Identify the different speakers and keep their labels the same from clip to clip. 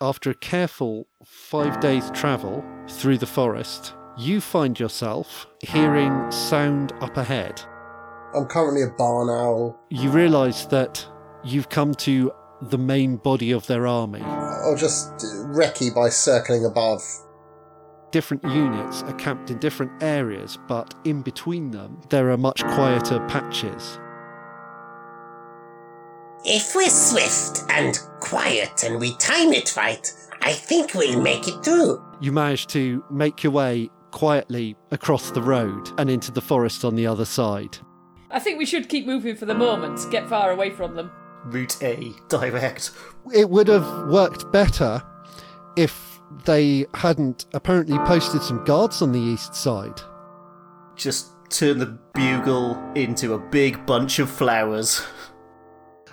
Speaker 1: after a careful five days' travel through the forest, you find yourself hearing sound up ahead.
Speaker 2: I'm currently a barn owl.
Speaker 1: You realise that you've come to the main body of their army.
Speaker 2: I'll just recce by circling above.
Speaker 1: Different units are camped in different areas, but in between them, there are much quieter patches.
Speaker 3: If we're swift and quiet and we time it right, I think we'll make it through.
Speaker 1: You manage to make your way quietly across the road and into the forest on the other side.
Speaker 4: I think we should keep moving for the moment, get far away from them.
Speaker 5: Route A, direct.
Speaker 1: It would have worked better if they hadn't apparently posted some guards on the east side.
Speaker 5: Just turn the bugle into a big bunch of flowers.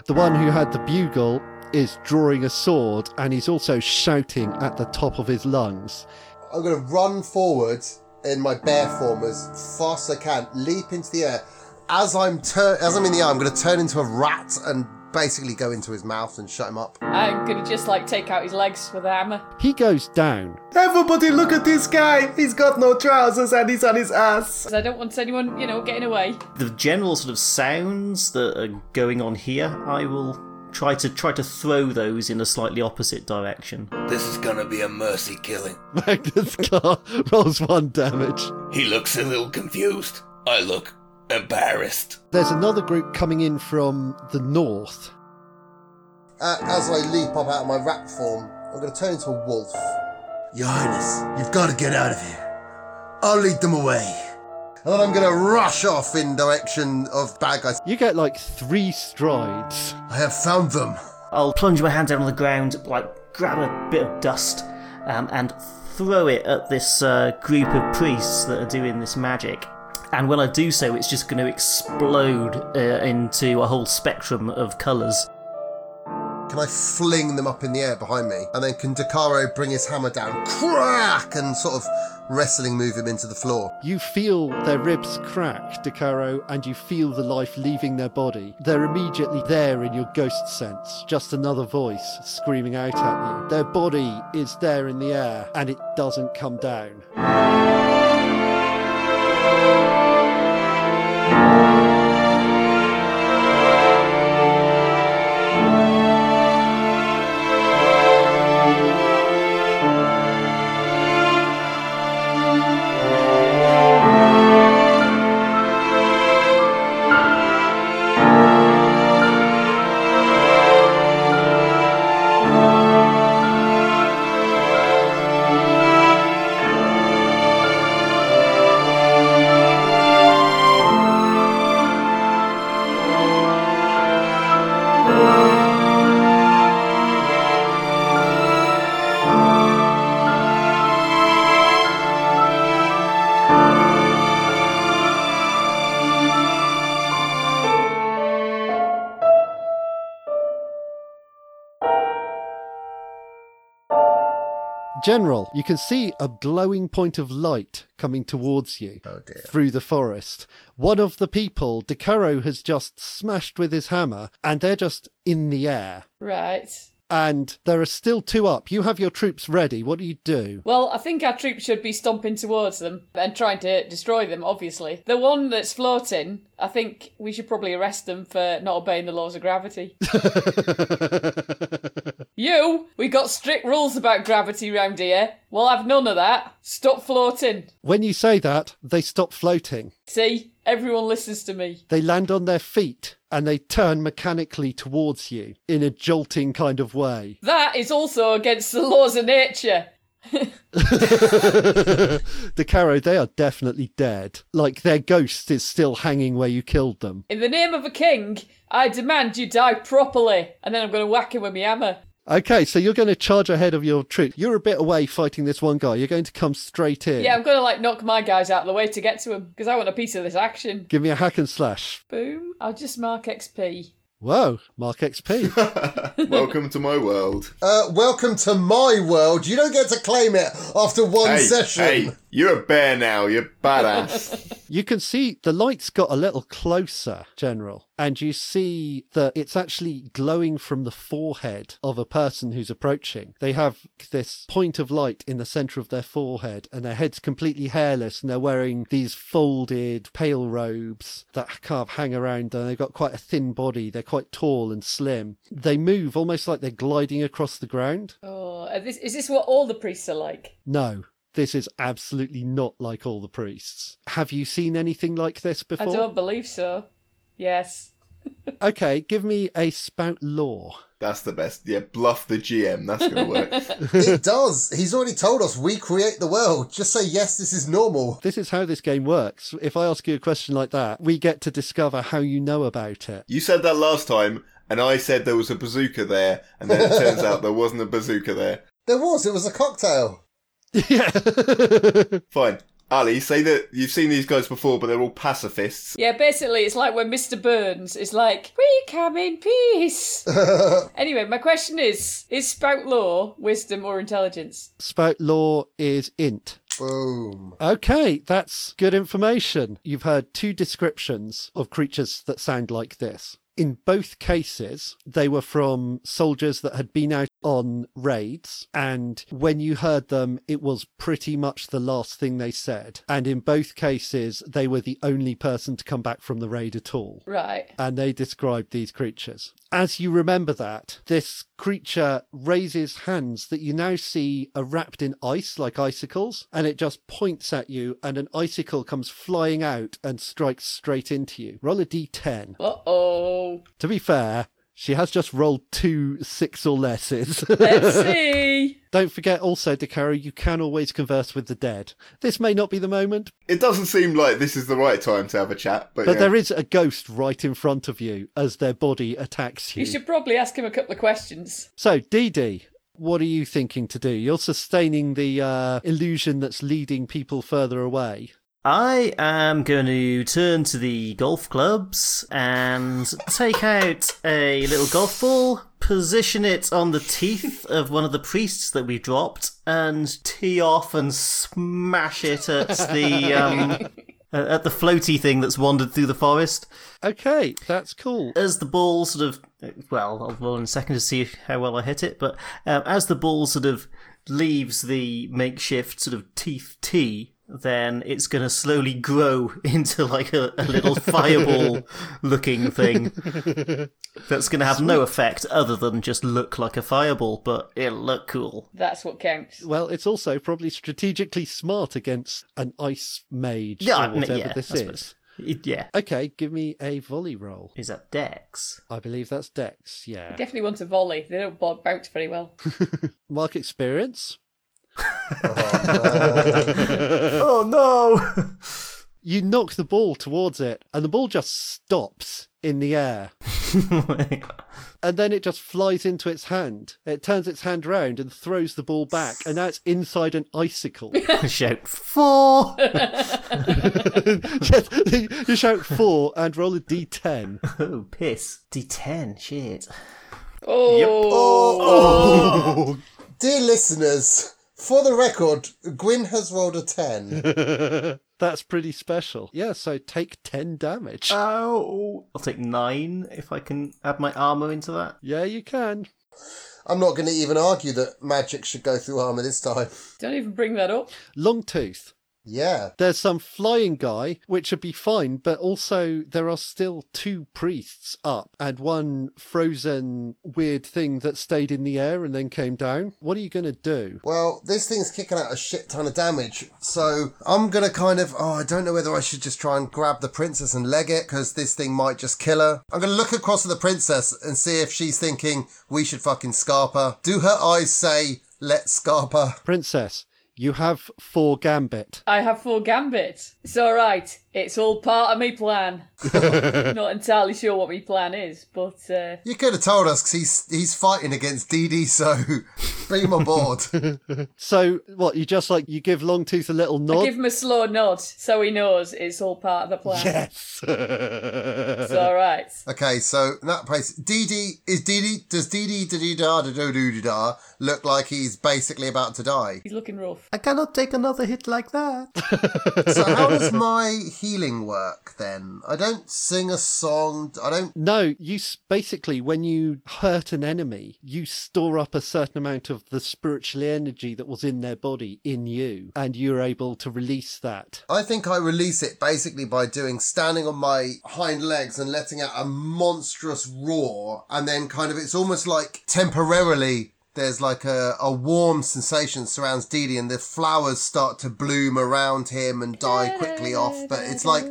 Speaker 1: The one who had the bugle is drawing a sword and he's also shouting at the top of his lungs.
Speaker 2: I'm going to run forward in my bear form as fast as I can, leap into the air. As I'm tur- as I'm in the air, I'm going to turn into a rat and basically go into his mouth and shut him up.
Speaker 4: I'm gonna just like take out his legs with a hammer.
Speaker 1: He goes down.
Speaker 5: Everybody look at this guy! He's got no trousers and he's on his ass!
Speaker 4: 'Cause I don't want anyone, you know, getting away.
Speaker 5: The general sort of sounds that are going on here, I will try to try to throw those in a slightly opposite direction.
Speaker 6: This is gonna be a mercy killing.
Speaker 1: Magnus car rolls one damage.
Speaker 6: He looks a little confused. I look embarrassed.
Speaker 1: There's another group coming in from the north.
Speaker 2: Uh, as I leap up out of my rat form, I'm going to turn into a wolf.
Speaker 7: Your Highness, you've got to get out of here. I'll lead them away.
Speaker 2: And then I'm going to rush off in direction of bad guys.
Speaker 1: You get like three strides.
Speaker 7: I have found them.
Speaker 5: I'll plunge my hand down on the ground, like grab a bit of dust, um, and throw it at this uh, group of priests that are doing this magic. And when I do so, it's just going to explode uh, into a whole spectrum of colours.
Speaker 2: Can I fling them up in the air behind me? And then can Dakaro bring his hammer down, crack, and sort of wrestling move him into the floor?
Speaker 1: You feel their ribs crack, Dakaro, and you feel the life leaving their body. They're immediately there in your ghost sense, just another voice screaming out at you. Their body is there in the air, and it doesn't come down. General, you can see a glowing point of light coming towards you through the forest. One of the people, Dakaro, has just smashed with his hammer, and they're just in the air.
Speaker 4: Right.
Speaker 1: And there are still two up. You have your troops ready. What do you do?
Speaker 4: Well, I think our troops should be stomping towards them and trying to destroy them, obviously. The one that's floating, I think we should probably arrest them for not obeying the laws of gravity. you, we got strict rules about gravity round here. We'll have none of that. Stop floating.
Speaker 1: When you say that, they stop floating.
Speaker 4: See, everyone listens to me.
Speaker 1: They land on their feet and they turn mechanically towards you in a jolting kind of way.
Speaker 4: That is also against the laws of nature.
Speaker 1: Dakaro, they are definitely dead. Like their ghost is still hanging where you killed them.
Speaker 4: In the name of a king, I demand you die properly. And then I'm going to whack him with my hammer.
Speaker 1: Okay, so you're going to charge ahead of your troop. You're a bit away fighting this one guy. You're going to come straight in.
Speaker 4: Yeah, I'm going to like knock my guys out of the way to get to him because I want a piece of this action.
Speaker 1: Give me a hack and slash.
Speaker 4: Boom. I'll just mark XP.
Speaker 1: Whoa, mark XP.
Speaker 8: Welcome to my world.
Speaker 2: Uh, welcome to my world. You don't get to claim it after one
Speaker 8: hey,
Speaker 2: session.
Speaker 8: hey, You're a bear now. You're badass.
Speaker 1: You can see the light's got a little closer, General, and you see that it's actually glowing from the forehead of a person who's approaching. They have this point of light in the center of their forehead, and their head's completely hairless, and they're wearing these folded, pale robes that kind of hang around them. They've got quite a thin body, they're quite tall and slim. They move almost like they're gliding across the ground.
Speaker 4: Oh, are this, is this what all the priests are like?
Speaker 1: No. This is absolutely not like all the priests. Have you seen anything like this
Speaker 4: I
Speaker 1: before?
Speaker 4: don't believe so. Yes.
Speaker 1: Okay, give me a spout law.
Speaker 8: That's the best. Yeah, bluff the GM. That's gonna work.
Speaker 2: it does. He's already told us we create the world. Just say yes, this is normal.
Speaker 1: This is how this game works. If I ask you a question like that, we get to discover how you know about it.
Speaker 8: You said that last time, and I said there was a bazooka there, and then it turns out there wasn't a bazooka there.
Speaker 2: There was. It was a cocktail.
Speaker 1: yeah.
Speaker 8: Fine. Ali, say that you've seen these guys before, but they're all pacifists.
Speaker 4: Yeah, basically, it's like when Mr. Burns is like, We come in peace. anyway, my question is Is spout law wisdom or intelligence?
Speaker 1: spout law is int.
Speaker 2: Boom.
Speaker 1: Okay, that's good information. You've heard two descriptions of creatures that sound like this. In both cases, they were from soldiers that had been out on raids. And when you heard them, it was pretty much the last thing they said. And in both cases, they were the only person to come back from the raid at all
Speaker 4: Right.
Speaker 1: and they describe these creatures. As you remember that, this creature raises hands that you now see are wrapped in ice like icicles, and it just points at you, and an icicle comes flying out and strikes straight into you. Roll a d10.
Speaker 4: Uh oh.
Speaker 1: To be fair, she has just rolled two six or lesses.
Speaker 4: Let's see.
Speaker 1: Don't forget also, Dakaro, you can always converse with the dead. This may not be the moment,
Speaker 8: It doesn't seem like this is the right time to have a chat, but,
Speaker 1: but
Speaker 8: yeah.
Speaker 1: there is a ghost right in front of you as their body attacks you.
Speaker 4: You should probably ask him a couple of questions.
Speaker 1: So, DD, what are you thinking to do? You're sustaining the uh, illusion that's leading people further away.
Speaker 5: I am going to turn to the golf clubs and take out a little golf ball, position it on the teeth of one of the priests that we dropped, and tee off and smash it at the um, at the floaty thing that's wandered through the forest.
Speaker 1: Okay, that's cool.
Speaker 5: as the ball sort of well i'll roll in a second to see how well i hit it but um, as the ball sort of leaves the makeshift sort of teeth tee then it's going to slowly grow into like a, a little fireball looking thing that's going to have no effect other than just look like a fireball but it'll look cool
Speaker 4: That's what counts.
Speaker 1: Well, it's also probably strategically smart against an ice mage
Speaker 5: Yeah, I
Speaker 1: or
Speaker 5: mean,
Speaker 1: whatever
Speaker 5: yeah,
Speaker 1: this
Speaker 5: I suppose.
Speaker 1: is.
Speaker 5: It- yeah
Speaker 1: Okay, give me a volley roll.
Speaker 5: is that dex
Speaker 1: I believe that's Dex, yeah.
Speaker 4: Definitely want a volley. They don't bo- bounce very well.
Speaker 1: Mark experience.
Speaker 5: oh no
Speaker 1: You knock the ball towards it, and the ball just stops in the air. and then it just flies into its hand. It turns its hand round and throws the ball back, and now it's inside an icicle.
Speaker 5: shout four
Speaker 1: Yes, you shout four and roll a d10.
Speaker 5: oh piss d10 shit
Speaker 4: Oh,
Speaker 2: Dear listeners, for the record, Gwyn has rolled a 10.
Speaker 1: That's pretty special. Yeah, so take 10 damage.
Speaker 5: Oh, I'll take nine if I can add my armor into that.
Speaker 1: yeah, you can.
Speaker 2: I'm not going to even argue that magic should go through armor this time.
Speaker 4: don't even bring that up.
Speaker 1: Long tooth.
Speaker 2: Yeah.
Speaker 1: There's some flying guy, which would be fine, but also there are still two priests up and one frozen weird thing that stayed in the air and then came down. What are you going to do?
Speaker 2: Well, this thing's kicking out a shit ton of damage, so I'm gonna kind of. Oh, I don't know whether I should just try and grab the princess and leg it, because this thing might just kill her. I'm gonna look across at the princess and see if she's thinking we should fucking scarper. Do her eyes say, let's scarper?
Speaker 1: Princess, you have four gambit.
Speaker 4: I have four gambit. It's all right. It's all part of me plan. Not entirely sure what my plan is, but uh,
Speaker 2: You could have told us 'cause he's he's fighting against DD, so bring him on board.
Speaker 1: So what? You just like you give Longtooth a little nod.
Speaker 4: give him a slow nod so he knows it's all part of the plan.
Speaker 1: Yes.
Speaker 4: It's all right.
Speaker 2: okay, so in that place, DD is DD. Does DD da da da da da da look like he's basically about to die?
Speaker 4: He's looking rough.
Speaker 5: I cannot take another hit like that.
Speaker 2: So how does my healing work then? I don't sing a song. I don't.
Speaker 1: No, you s- basically when you hurt an enemy, you store up a certain amount of the spiritual energy that was in their body in you, and you're able to release that.
Speaker 2: I think I release it basically by doing standing on my hind legs and letting out a monstrous roar, and then kind of it's almost like temporarily there's like a, a warm sensation surrounds Didi, and the flowers start to bloom around him and die quickly off. But it's like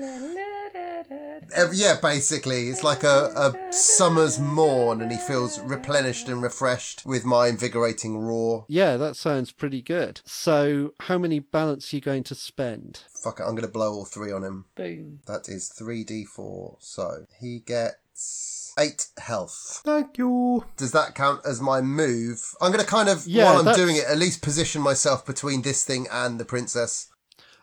Speaker 2: ev- yeah, basically it's like a, a summer's morn, and he feels replenished and refreshed with my invigorating roar.
Speaker 1: Yeah, that sounds pretty good. So, how many balance are you going to spend?
Speaker 2: Fuck it, I'm gonna blow all three on him.
Speaker 4: Boom.
Speaker 2: That is 3d4. So he gets 8 health.
Speaker 5: Thank you.
Speaker 2: Does that count as my move? I'm going to kind of,
Speaker 1: Yeah,
Speaker 2: while I'm
Speaker 1: that's-
Speaker 2: doing it, at least position myself between this thing and the princess.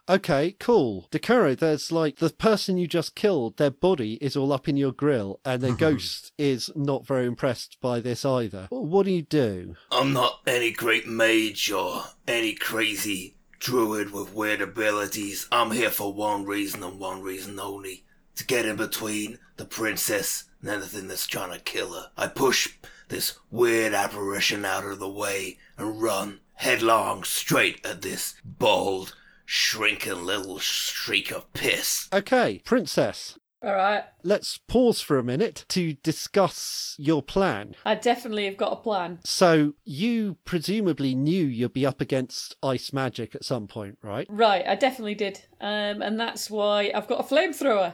Speaker 1: Okay, cool. Decaro, there's like the person you just killed, their body is all up in your grill, and their ghost is not very impressed by this either. What do you do?
Speaker 6: I'm not any great mage or any crazy druid with weird abilities. I'm here for one reason and one reason only to get in between the princess and anything that's trying to kill her. I push this weird apparition out of the way and run headlong straight at this bald, shrinking little streak of piss.
Speaker 1: Okay, Princess,
Speaker 4: All right.
Speaker 1: let's pause for a minute to discuss your plan.
Speaker 4: I definitely have got a plan.
Speaker 1: So, you presumably knew you'd be up against ice magic at some point, right?
Speaker 4: Right, I definitely did. Um, and that's why I've got a flamethrower.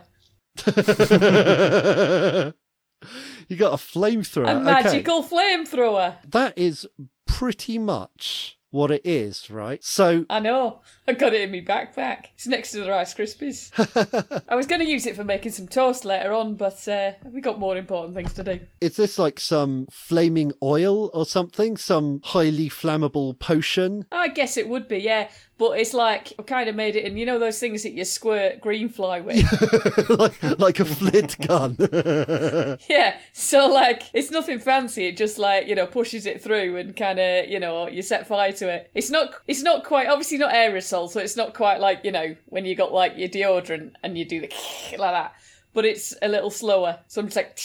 Speaker 1: you got a flamethrower.
Speaker 4: A
Speaker 1: Uh, okay.
Speaker 4: magical flamethrower.
Speaker 1: That is pretty much what it is, right? So,
Speaker 4: I know. I got it in my backpack. It's next to the Rice Krispies. I was going to use it for making some toast later on, but uh, we got more important things to do.
Speaker 1: is this like some flaming oil or something? Some highly flammable potion?
Speaker 4: I guess it would be, yeah. But it's like I kind of made it in. You know those things that you squirt green fly with.
Speaker 1: like, like a flit gun.
Speaker 4: yeah. So like, it's nothing fancy. It just like you know pushes it through and kind of you know you set fire to it. It's not. It's not quite obviously not aerosol, so it's not quite like you know when you got like your deodorant and you do the like that. But it's a little slower. So I'm just like.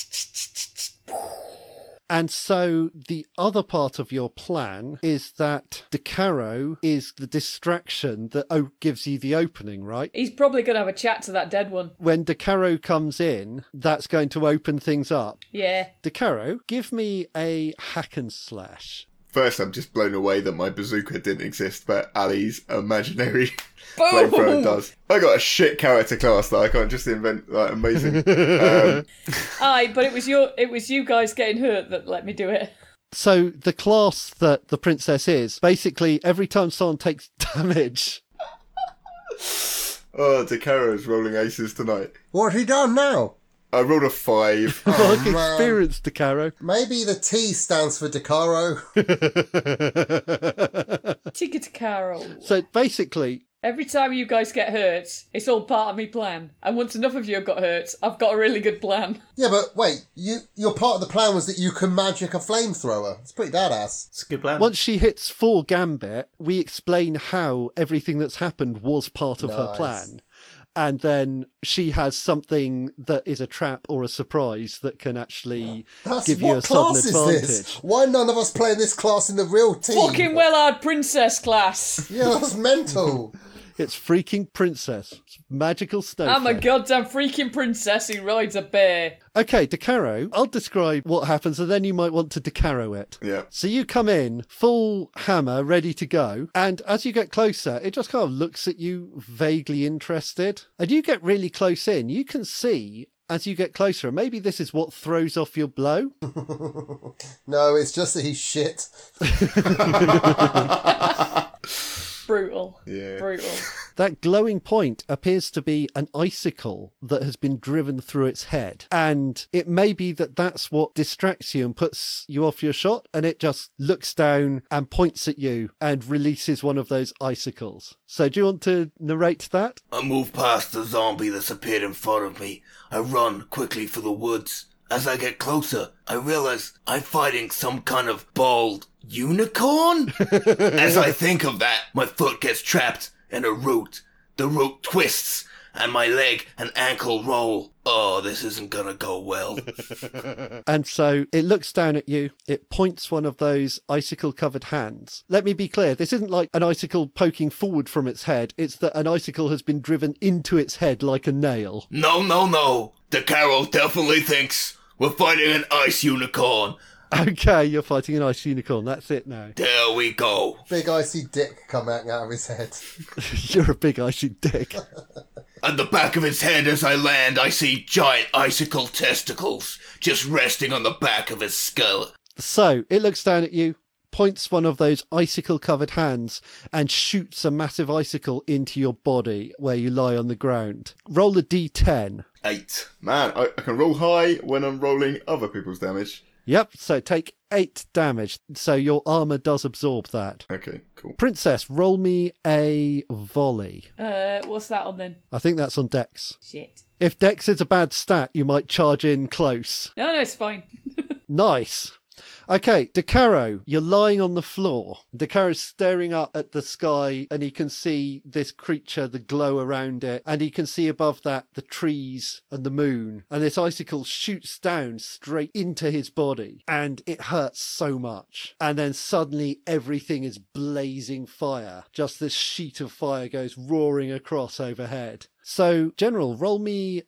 Speaker 1: and so the other part of your plan is that the caro is the distraction that o- gives you the opening, right?
Speaker 4: He's probably going to have a chat to that dead one.
Speaker 1: When Decaro comes in, that's going to open things up.
Speaker 4: Yeah.
Speaker 1: Decaro, give me a hack and slash.
Speaker 8: First, I'm just blown away that my bazooka didn't exist, but Ali's imaginary
Speaker 4: Boom!
Speaker 8: flamethrower does. I got a shit character class that I can't just invent. Like amazing. um,
Speaker 4: Aye, but it was your. It was you guys getting hurt that let me do it.
Speaker 1: So the class that the princess is, basically every time someone takes damage,
Speaker 8: oh, Decaro's rolling aces tonight.
Speaker 2: What he done now?
Speaker 8: I rolled a five.
Speaker 2: Oh,
Speaker 1: like experience Decaro.
Speaker 2: Maybe the T stands for Decaro.
Speaker 4: Ticket to Carol.
Speaker 1: So basically,
Speaker 4: Every time you guys get hurt, it's all part of me plan. And once enough of you have got hurt, I've got a really good plan.
Speaker 2: yeah, but wait, you your part of the plan was that you can magic a flamethrower. It's pretty badass.
Speaker 5: It's a good plan.
Speaker 1: once she hits full gambit, we explain how everything that's happened was part of her
Speaker 2: Nice.
Speaker 1: plan. And then she has something that is a trap or a surprise that can actually
Speaker 2: That's
Speaker 1: give you a
Speaker 2: what
Speaker 1: sudden
Speaker 2: class is
Speaker 1: advantage.
Speaker 2: this? Why none of us playing this class in the real team?
Speaker 4: Fucking well hard princess class.
Speaker 2: Yeah, that's mental.
Speaker 1: It's freaking princess. It's magical snowflake.
Speaker 4: I'm a goddamn freaking princess who rides a bear.
Speaker 1: Okay, Decaro. I'll describe what happens and then you might want to Decaro it.
Speaker 8: yeah.
Speaker 1: So you come in, full hammer, ready to go, and as you get closer, it just kind of looks at you vaguely interested. And you get really close in, you can see as you get closer, and maybe this is what throws off your blow.
Speaker 2: No, it's just that he's shit.
Speaker 4: Brutal.
Speaker 8: Yeah.
Speaker 4: Brutal.
Speaker 1: That glowing point appears to be an icicle that has been driven through its head. And it may be that that's what distracts you and puts you off your shot. And it just looks down and points at you and releases one of those icicles. So, do you want to narrate that?
Speaker 6: I move past the zombie that's appeared in front of me. I run quickly for the woods. As I get closer, I realize I'm fighting some kind of bald unicorn? As I think of that, my foot gets trapped in a root. The root twists, and my leg and ankle roll. Oh, this isn't gonna go well.
Speaker 1: And so it looks down at you. It points one of those icicle covered hands. Let me be clear this isn't like an icicle poking forward from its head, it's that an icicle has been driven into its head like a nail.
Speaker 6: No, no, no. The Carol definitely thinks we're fighting an ice unicorn.
Speaker 1: Okay, you're fighting an ice unicorn. That's it now.
Speaker 6: There we go.
Speaker 2: Big icy dick coming out of his head.
Speaker 1: You're a big icy dick.
Speaker 6: At the back of his head as I land, I see giant icicle testicles just resting on the back of his skull.
Speaker 1: So it looks down at you, points one of those icicle covered hands, and shoots a massive icicle into your body where you lie on the ground. Roll a d10.
Speaker 6: Eight.
Speaker 8: Man, I, I can roll high when I'm rolling other people's damage.
Speaker 1: Yep, so take eight damage. So your armor does absorb that.
Speaker 8: Okay, cool.
Speaker 1: Princess, roll me a volley.
Speaker 4: Uh, what's that on then?
Speaker 1: I think that's on Dex.
Speaker 4: Shit.
Speaker 1: If Dex is a bad stat, you might charge in close.
Speaker 4: No, no, it's fine.
Speaker 1: Nice. Okay, DeCaro, you're lying on the floor. DeCaro's staring up at the sky and he can see this creature, the glow around it, and he can see above that the trees and the moon. And this icicle shoots down straight into his body and it hurts so much. And then suddenly everything is blazing fire. Just this sheet of fire goes roaring across overhead. So, General, roll me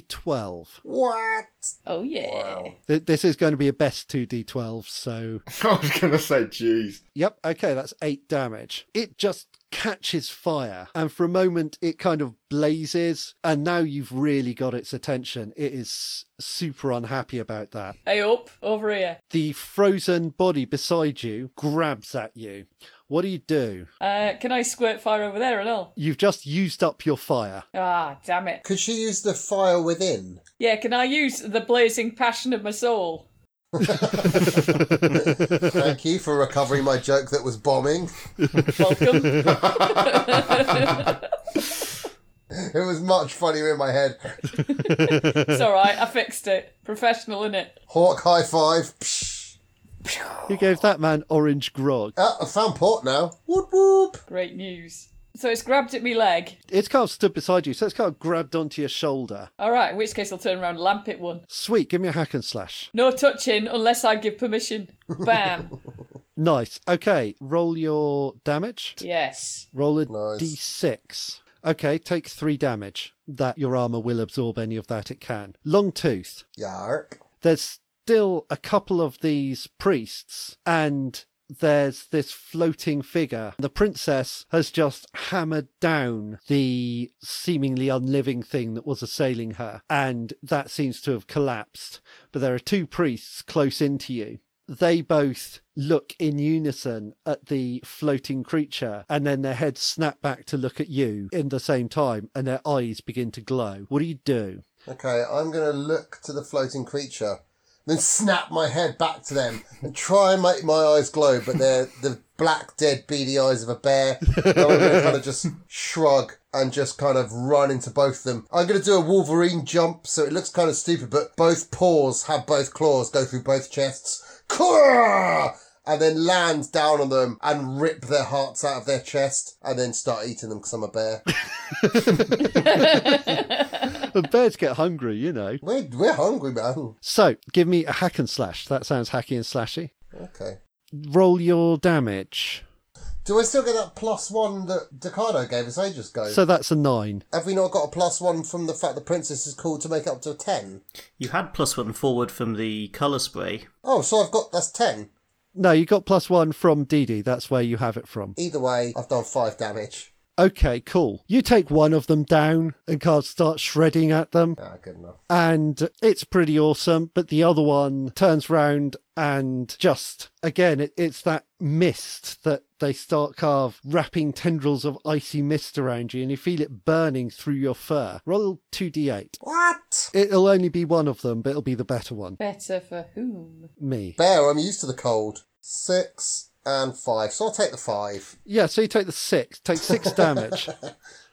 Speaker 1: 2d12.
Speaker 2: What?
Speaker 4: Oh yeah.
Speaker 1: Th- This is going to be a best 2d12, so
Speaker 8: I was gonna say, jeez.
Speaker 1: Yep, okay, that's eight damage. It just catches fire, and for a moment it kind of blazes, and now you've really got its attention. It is super unhappy about that.
Speaker 4: Hey up, over here.
Speaker 1: The frozen body beside you grabs at you. What do you do?
Speaker 4: Uh, can I squirt fire over there and all?
Speaker 1: You've just used up your fire.
Speaker 4: Ah, damn it.
Speaker 2: Could she use the fire within?
Speaker 4: Yeah, can I use the blazing passion of my soul?
Speaker 2: Thank you for recovering my joke that was bombing.
Speaker 4: Welcome.
Speaker 2: It was much funnier in my head.
Speaker 4: it's all right. I fixed it. Professional, innit?
Speaker 2: Hawk high five. Psh.
Speaker 1: You gave that man orange grog.
Speaker 2: Ah, I found port now. Whoop whoop.
Speaker 4: Great news. So it's grabbed at me leg.
Speaker 1: It's kind of stood beside you, so it's kind of grabbed onto your shoulder.
Speaker 4: All right. In which case, I'll turn around, and lamp it one.
Speaker 1: Sweet, give me a hack and slash.
Speaker 4: No touching unless I give permission. Bam.
Speaker 1: Nice. Okay, roll your damage.
Speaker 4: yes.
Speaker 1: Roll a
Speaker 2: Nice.
Speaker 1: d6. Okay, take three damage. That your armor will absorb any of that it can. Long tooth.
Speaker 2: Yarp.
Speaker 1: There's still a couple of these priests, and there's this floating figure. The princess has just hammered down the seemingly unliving thing that was assailing her, and that seems to have collapsed. But there are two priests close into you they both look in unison at the floating creature and then their heads snap back to look at you in the same time and their eyes begin to glow. What do you do?
Speaker 2: Okay, I'm gonna look to the floating creature, then snap my head back to them and try and make my eyes glow, but they're the black, dead, beady eyes of a bear. So I'm gonna kind of just shrug and just kind of run into both of them. I'm gonna do a Wolverine jump, so it looks kind of stupid, but both paws have both claws go through both chests. Caw! And then land down on them and rip their hearts out of their chest and then start eating them because I'm a bear.
Speaker 1: The bears get hungry, you know.
Speaker 2: We're, we're hungry, man.
Speaker 1: So give me a hack and slash. That sounds hacky and slashy.
Speaker 2: Okay.
Speaker 1: Roll your damage.
Speaker 2: Do I still get that plus one that Decado gave us ages ago?
Speaker 1: So that's a nine.
Speaker 2: Have we not got a plus one from the fact the princess is called to make up to a ten?
Speaker 5: You had plus one forward from the colour spray.
Speaker 2: Oh, so I've got that's ten.
Speaker 1: No, you got plus one from Didi. That's where you have it from.
Speaker 2: Either way, I've done five damage.
Speaker 1: Okay, cool. You take one of them down and can't start shredding at them.
Speaker 2: Ah, good enough.
Speaker 1: and it's pretty awesome. But the other one turns round and just again, it, it's that mist that They start carve, wrapping tendrils of icy mist around you, and you feel it burning through your fur. Roll 2d8.
Speaker 3: What?
Speaker 1: It'll only be one of them, but it'll be the better one.
Speaker 4: Better for whom?
Speaker 1: Me.
Speaker 2: Bear, I'm used to the cold. Six and five. So I'll take the five.
Speaker 1: Yeah, so you take the six. Take six damage.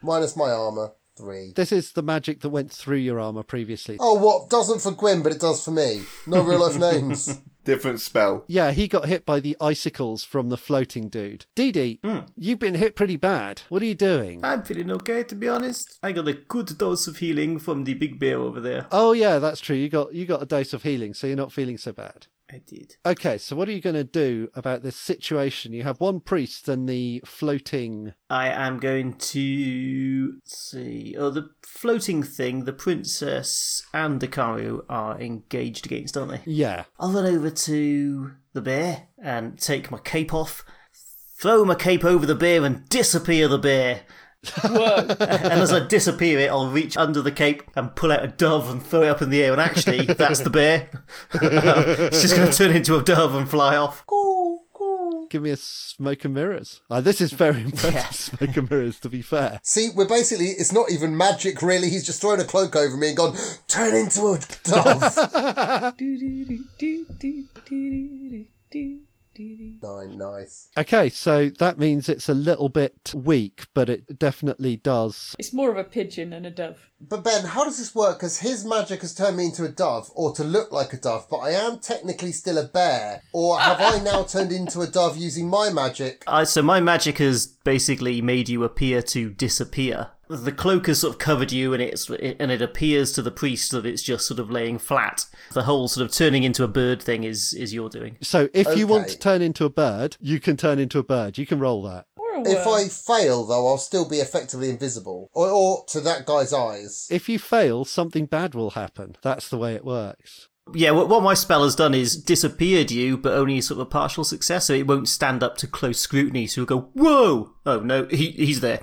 Speaker 2: Minus my armour. Three.
Speaker 1: This is the magic that went through your armor previously.
Speaker 2: Oh, what doesn't for Gwyn, but it does for me. No real life names.
Speaker 8: Different spell.
Speaker 1: Yeah, he got hit by the icicles from the floating dude. Dee Dee, you've been hit pretty bad. What are you doing?
Speaker 5: I'm feeling okay, to be honest. I got a good dose of healing from the big bear over there.
Speaker 1: oh yeah, that's true. You got you got a dose of healing, so you're not feeling so bad.
Speaker 5: I did.
Speaker 1: Okay, so what are you going to do about this situation? You have one priest and the floating.
Speaker 5: I am going to let's see. Oh, the floating thing. The princess and Dakaru are engaged against, aren't they?
Speaker 1: Yeah.
Speaker 5: I'll run over to the bear and take my cape off, throw my cape over the bear, and disappear the bear. and as I disappear it, I'll reach under the cape and pull out a dove and throw it up in the air. And actually, that's the bear. it's just going to turn into a dove and fly off.
Speaker 1: Give me a smoke and mirrors. Ah, this is very impressive, smoke and mirrors, to be fair.
Speaker 2: See, we're basically, it's not even magic really. He's just thrown a cloak over me and gone, turn into a dove. Nine, nice.
Speaker 1: Okay, so that means it's a little bit weak, but it definitely does.
Speaker 4: It's more of a pigeon than a dove.
Speaker 2: But Ben, how does this work? Because his magic has turned me into a dove or to look like a dove, but I am technically still a bear. Or have I now turned into a dove using my magic?
Speaker 5: Uh, so my magic has basically made you appear to disappear. The cloak has sort of covered you, and it's and it appears to the priest that it's just sort of laying flat. The whole sort of turning into a bird thing is is your doing.
Speaker 1: So if you want
Speaker 2: Okay.
Speaker 1: to turn into a bird, you can turn into a bird. You can roll that.
Speaker 4: Or a worm.
Speaker 2: If I fail, though, I'll still be effectively invisible. Or, or to that guy's eyes.
Speaker 1: If you fail, something bad will happen. That's the way it works.
Speaker 5: Yeah, what, what my spell has done is disappeared you, but only sort of a partial success, so it won't stand up to close scrutiny. So you'll go, whoa! Oh no, he he's there.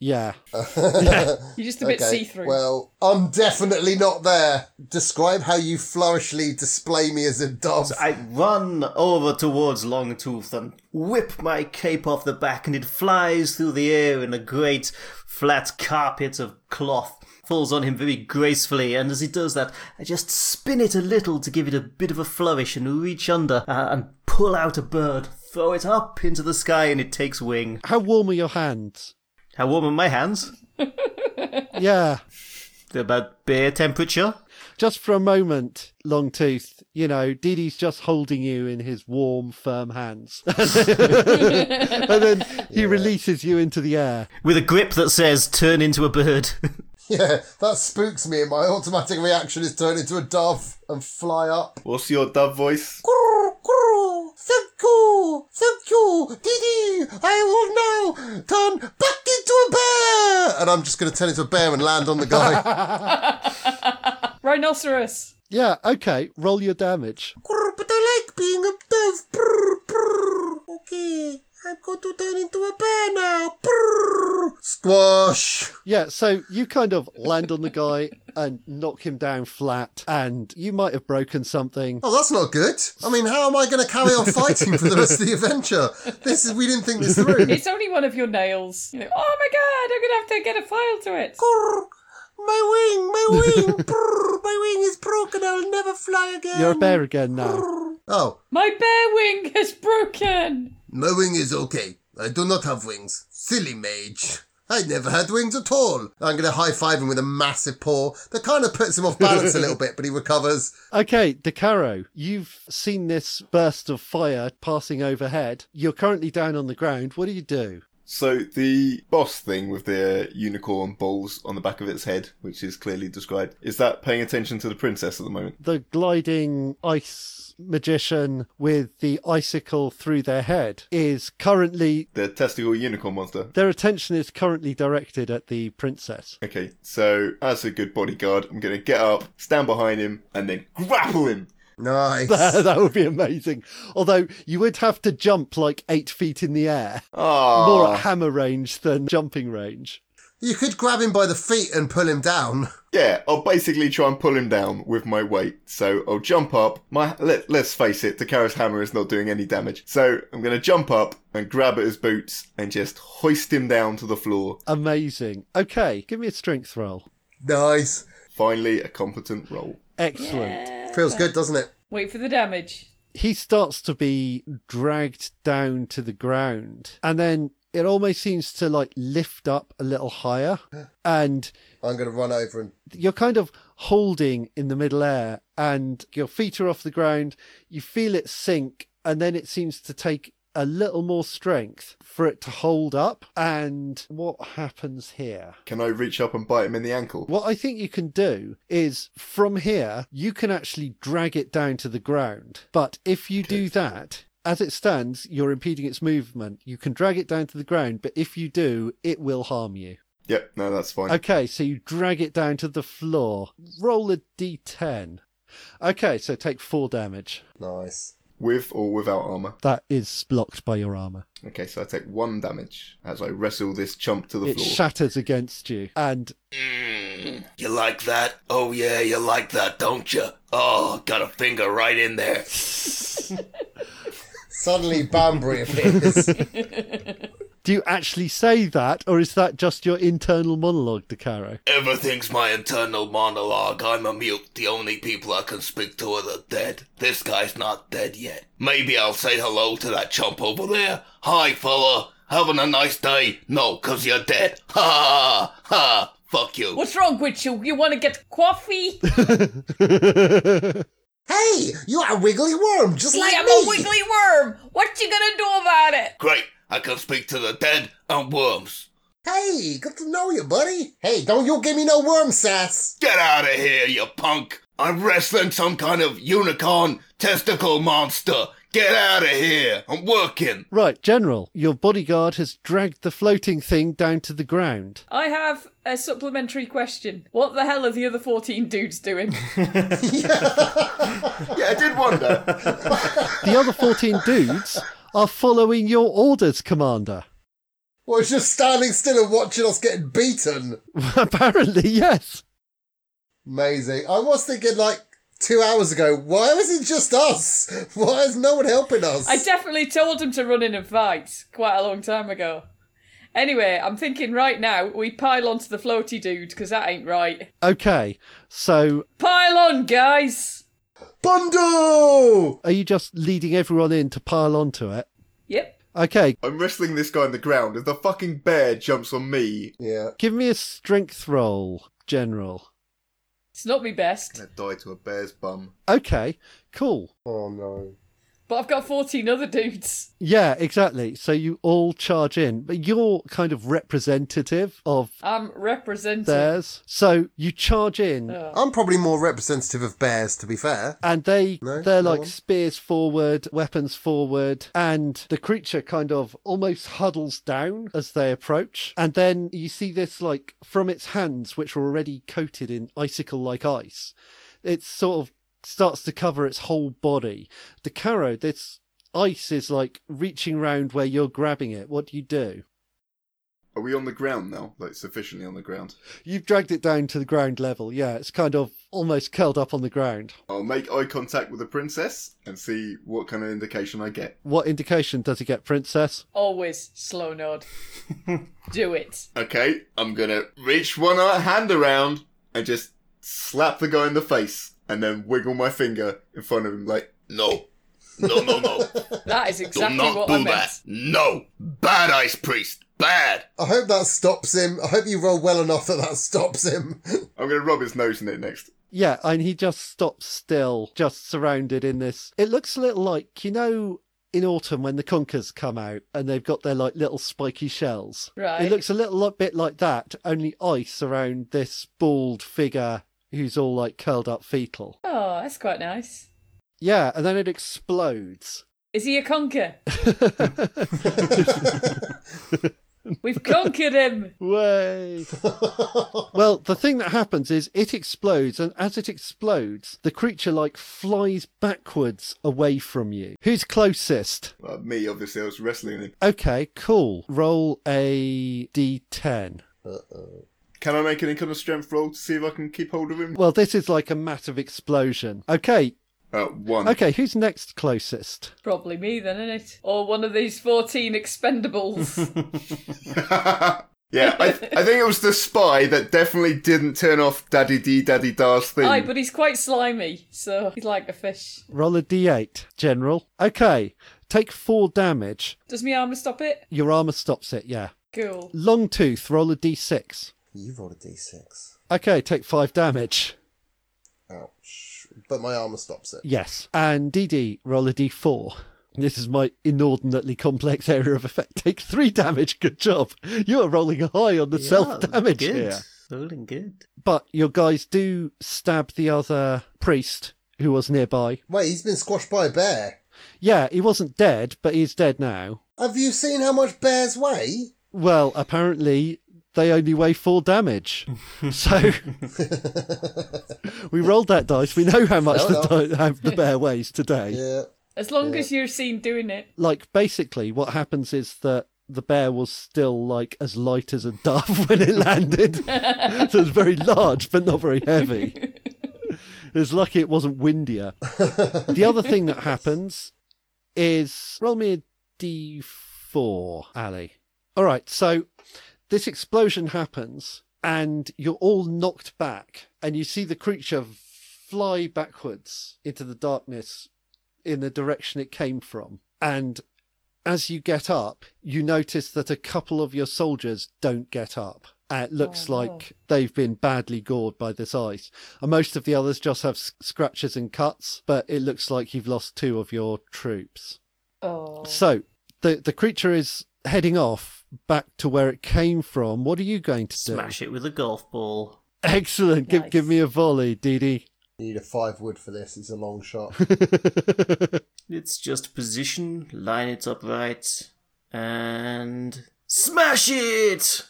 Speaker 1: Yeah.
Speaker 4: You're just a bit see through.
Speaker 2: Well, I'm definitely not there. Describe how you flourishly display me as a dove.
Speaker 5: I run over towards Longtooth and whip my cape off the back, and it flies through the air in a great flat carpet of cloth. Falls on him very gracefully, and as he does that, I just spin it a little to give it a bit of a flourish and reach under uh, and pull out a bird, throw it up into the sky, and it takes wing.
Speaker 1: How warm are your hands?
Speaker 5: How warm are my hands?
Speaker 1: Yeah.
Speaker 5: They're about bear temperature.
Speaker 1: Just for a moment, Longtooth, you know, Dee Dee's just holding you in his warm, firm hands. and then he releases you into the air.
Speaker 5: With a grip that says, turn into a bird.
Speaker 2: yeah, that spooks me, and my automatic reaction is turn into a dove and fly up.
Speaker 8: What's your dove voice?
Speaker 2: Thank you, thank you, Didi. I will now turn back into a bear, and I'm just going to turn into a bear and land on the guy.
Speaker 4: Rhinoceros.
Speaker 1: Yeah, okay, roll your damage.
Speaker 2: Grr, but I like being a dove. Brr, brr. Okay, I'm going to turn into a bear now. Brr. Squash.
Speaker 1: Yeah, so you kind of land on the guy and knock him down flat, and you might have broken something.
Speaker 2: Oh, that's not good. I mean, how am I going to carry on fighting for the rest of the adventure? This is we didn't think this through.
Speaker 4: It's only one of your nails. You know, oh my god, I'm gonna have to get a file to it.
Speaker 2: Brr, my wing, my wing, brr, my wing is broken. I'll never fly again.
Speaker 1: You're a bear again now.
Speaker 2: Oh,
Speaker 4: My bear wing has broken.
Speaker 2: my wing is okay. I do not have wings. Silly mage. I never had wings at all. I'm going to high five him with a massive paw. That kind of puts him off balance a little bit, but he recovers.
Speaker 1: Okay, Decaro, you've seen this burst of fire passing overhead. You're currently down on the ground. What do you do?
Speaker 8: So the boss thing with the unicorn balls on the back of its head, which is clearly described, is that paying attention to the princess at the moment?
Speaker 1: The gliding ice magician with the icicle through their head is currently.
Speaker 8: The testicle unicorn monster.
Speaker 1: Their attention is currently directed at the princess.
Speaker 8: Okay, so as a good bodyguard, I'm going to get up, stand behind him, and then grapple him.
Speaker 2: Nice.
Speaker 1: that would be amazing. Although you would have to jump like eight feet in the air.
Speaker 8: Ah,
Speaker 1: More at hammer range than jumping range.
Speaker 2: You could grab him by the feet and pull him down.
Speaker 8: Yeah, I'll basically try and pull him down with my weight. So I'll jump up. My let, let's face it, Takara's hammer is not doing any damage. So I'm going to jump up and grab at his boots and just hoist him down to the floor.
Speaker 1: Amazing. Okay, give me a strength roll.
Speaker 2: Nice.
Speaker 8: Finally, a competent roll.
Speaker 1: Excellent.
Speaker 2: Feels good, doesn't it?
Speaker 4: Wait for the damage.
Speaker 1: He starts to be dragged down to the ground, and then it almost seems to like lift up a little higher, and
Speaker 2: I'm going to run over and
Speaker 1: you're kind of holding in the middle air and your feet are off the ground. You feel it sink and then it seems to take a little more strength for it to hold up. And what happens here?
Speaker 8: Can I reach up and bite him in the ankle?
Speaker 1: What I think you can do is from here, you can actually drag it down to the ground. But if you do that, as it stands, you're impeding its movement. You can drag it down to the ground, but if you do, it will harm you.
Speaker 8: Yep, no, that's fine.
Speaker 1: Okay, so you drag it down to the floor. Roll a d10. Okay, so take four damage.
Speaker 2: nice.
Speaker 8: With or without armor.
Speaker 1: That is blocked by your armor.
Speaker 8: Okay, so I take one damage as I wrestle this chump to the
Speaker 1: it
Speaker 8: floor.
Speaker 1: shatters against you, and
Speaker 6: Mm. You like that? Oh yeah, you like that, don't you? Oh, got a finger right in there.
Speaker 2: Suddenly, Banbury appears.
Speaker 1: do you actually say that, or is that just your internal monologue, Dakaro?
Speaker 6: Everything's my internal monologue. I'm a mute. The only people I can speak to are the dead. This guy's not dead yet. Maybe I'll say hello to that chump over there. Hi, fella. Having a nice day? No, 'cause you're dead. Ha ha ha. Fuck you.
Speaker 4: What's wrong with you? You want to get coffee?
Speaker 2: hey, you are a wiggly worm, just like
Speaker 4: I'm
Speaker 2: me.
Speaker 4: a wiggly worm. What you gonna do about it?
Speaker 6: Great. I can speak to the dead and worms.
Speaker 2: Hey, good to know you, buddy. Hey, don't you give me no worm sass.
Speaker 6: Get out of here, you punk. I'm wrestling some kind of unicorn testicle monster. Get out of here. I'm working.
Speaker 1: Right, General, your bodyguard has dragged the floating thing down to the ground.
Speaker 4: I have a supplementary question. What the hell are the other 14 dudes doing?
Speaker 8: Yeah, I did wonder.
Speaker 1: The other 14 dudes are following your orders, Commander.
Speaker 2: Well, it's just standing still and watching us getting beaten.
Speaker 1: Apparently, yes.
Speaker 2: Amazing. I was thinking like two hours ago, why was it just us? Why is no one helping us?
Speaker 4: I definitely told them to run in and fight quite a long time ago. Anyway, I'm thinking right now we pile onto the floaty dude because that ain't right.
Speaker 1: Okay, so
Speaker 4: Pile on, guys!
Speaker 2: Bundle!
Speaker 1: are you just leading everyone in to pile onto it?
Speaker 4: Yep.
Speaker 1: Okay,
Speaker 8: I'm wrestling this guy on the ground as the fucking bear jumps on me.
Speaker 2: Yeah.
Speaker 1: Give me a strength roll, General.
Speaker 4: It's not my best,
Speaker 8: I die to a bear's bum.
Speaker 1: Okay, cool.
Speaker 2: Oh no.
Speaker 4: but I've got 14 other dudes.
Speaker 1: Yeah, exactly. So you all charge in, but you're kind of representative of
Speaker 4: I'm representing.
Speaker 1: theirs. So you charge in,
Speaker 2: I'm probably more representative of bears, to be fair.
Speaker 1: and they
Speaker 2: No,
Speaker 1: they're
Speaker 2: no
Speaker 1: like
Speaker 2: one?
Speaker 1: spears forward, weapons forward, and the creature kind of almost huddles down as they approach. And then you see this like from its hands, which are already coated in icicle like ice, it sort of starts to cover its whole body. The caro, this ice is like reaching round where you're grabbing it. What do you do?
Speaker 8: Are we on the ground now? Like, sufficiently on the ground?
Speaker 1: You've dragged it down to the ground level. Yeah, it's kind of almost curled up on the ground.
Speaker 8: I'll make eye contact with the princess and see what kind of indication I get.
Speaker 1: What indication does it get, Princess?
Speaker 4: Always slow nod. Do it.
Speaker 8: Okay, I'm gonna reach one uh, hand around and just slap the guy in the face and then wiggle my finger in front of him like,
Speaker 6: No. No, no, no.
Speaker 4: That is
Speaker 6: Do
Speaker 4: exactly
Speaker 6: not
Speaker 4: what
Speaker 6: do
Speaker 4: I meant.
Speaker 6: that. No. Bad ice priest. Bad.
Speaker 2: I hope that stops him. I hope you roll well enough that that stops him.
Speaker 8: I'm gonna rub his nose in it next.
Speaker 1: Yeah, and he just stops still, just surrounded in this. It looks a little like, you know, in autumn when the conkers come out and they've got their like little spiky shells.
Speaker 4: Right.
Speaker 1: It looks a little lot- bit like that, only ice around this bald figure who's all like curled up fetal.
Speaker 4: Oh, that's quite nice.
Speaker 1: Yeah, and then it explodes.
Speaker 4: Is he a conquer? We've conquered him.
Speaker 1: Way. well, the thing that happens is it explodes, and as it explodes, the creature like flies backwards away from you. Who's closest?
Speaker 8: Uh, me, obviously, I was wrestling him.
Speaker 1: Okay, cool. Roll a d10.
Speaker 8: Can I make an income of strength roll to see if I can keep hold of him?
Speaker 1: Well, this is like a massive explosion. Okay,
Speaker 8: Uh, one.
Speaker 1: okay, who's next closest?
Speaker 4: Probably me then, isn't it? Or one of these fourteen expendables.
Speaker 8: yeah, I, th- I think it was the spy that definitely didn't turn off Daddy D Daddy Dar's thing.
Speaker 4: Aye, but he's quite slimy, so he's like a fish.
Speaker 1: Roll a d8, General. Okay, take four damage.
Speaker 4: Does me armor stop it?
Speaker 1: Your armor stops it, yeah.
Speaker 4: Cool.
Speaker 1: Long tooth, roll a d6.
Speaker 2: You rolled a d6.
Speaker 1: Okay, take five damage.
Speaker 2: Ouch. But my armor stops it.
Speaker 1: Yes. And DD, roll a d4. This is my inordinately complex area of effect. Take three damage. Good job. You are rolling high on the self damage
Speaker 5: good.
Speaker 1: here.
Speaker 5: Rolling good.
Speaker 1: But your guys do stab the other priest who was nearby.
Speaker 2: Wait, he's been squashed by a bear.
Speaker 1: Yeah, he wasn't dead, but he's dead now.
Speaker 2: Have you seen how much bears weigh?
Speaker 1: Well, apparently they only weigh four damage. so we rolled that dice. We know how much
Speaker 2: Fair
Speaker 1: the,
Speaker 2: enough.
Speaker 1: di- how the bear weighs today.
Speaker 2: Yeah.
Speaker 4: As long as you're seen doing it.
Speaker 1: like basically what happens is that the bear was still like as light as a dove when it landed. so it's very large but not very heavy. It's lucky it wasn't windier. the other thing that happens is roll me a d4, Ali. All right, so this explosion happens and you're all knocked back and you see the creature fly backwards into the darkness in the direction it came from. And as you get up, you notice that a couple of your soldiers don't get up. Uh, it looks like they've been badly gored by this ice. And most of the others just have s- scratches and cuts, but it looks like you've lost two of your troops.
Speaker 4: Oh.
Speaker 1: So the, the creature is heading off back to where it came from. What are you going to
Speaker 5: Smash it with a golf ball.
Speaker 1: do? Excellent. Give, give
Speaker 4: Nice.
Speaker 1: me a volley, Dee Dee.
Speaker 2: You need a five wood for this. It's a long shot.
Speaker 5: It's just position, line it up right, and smash it.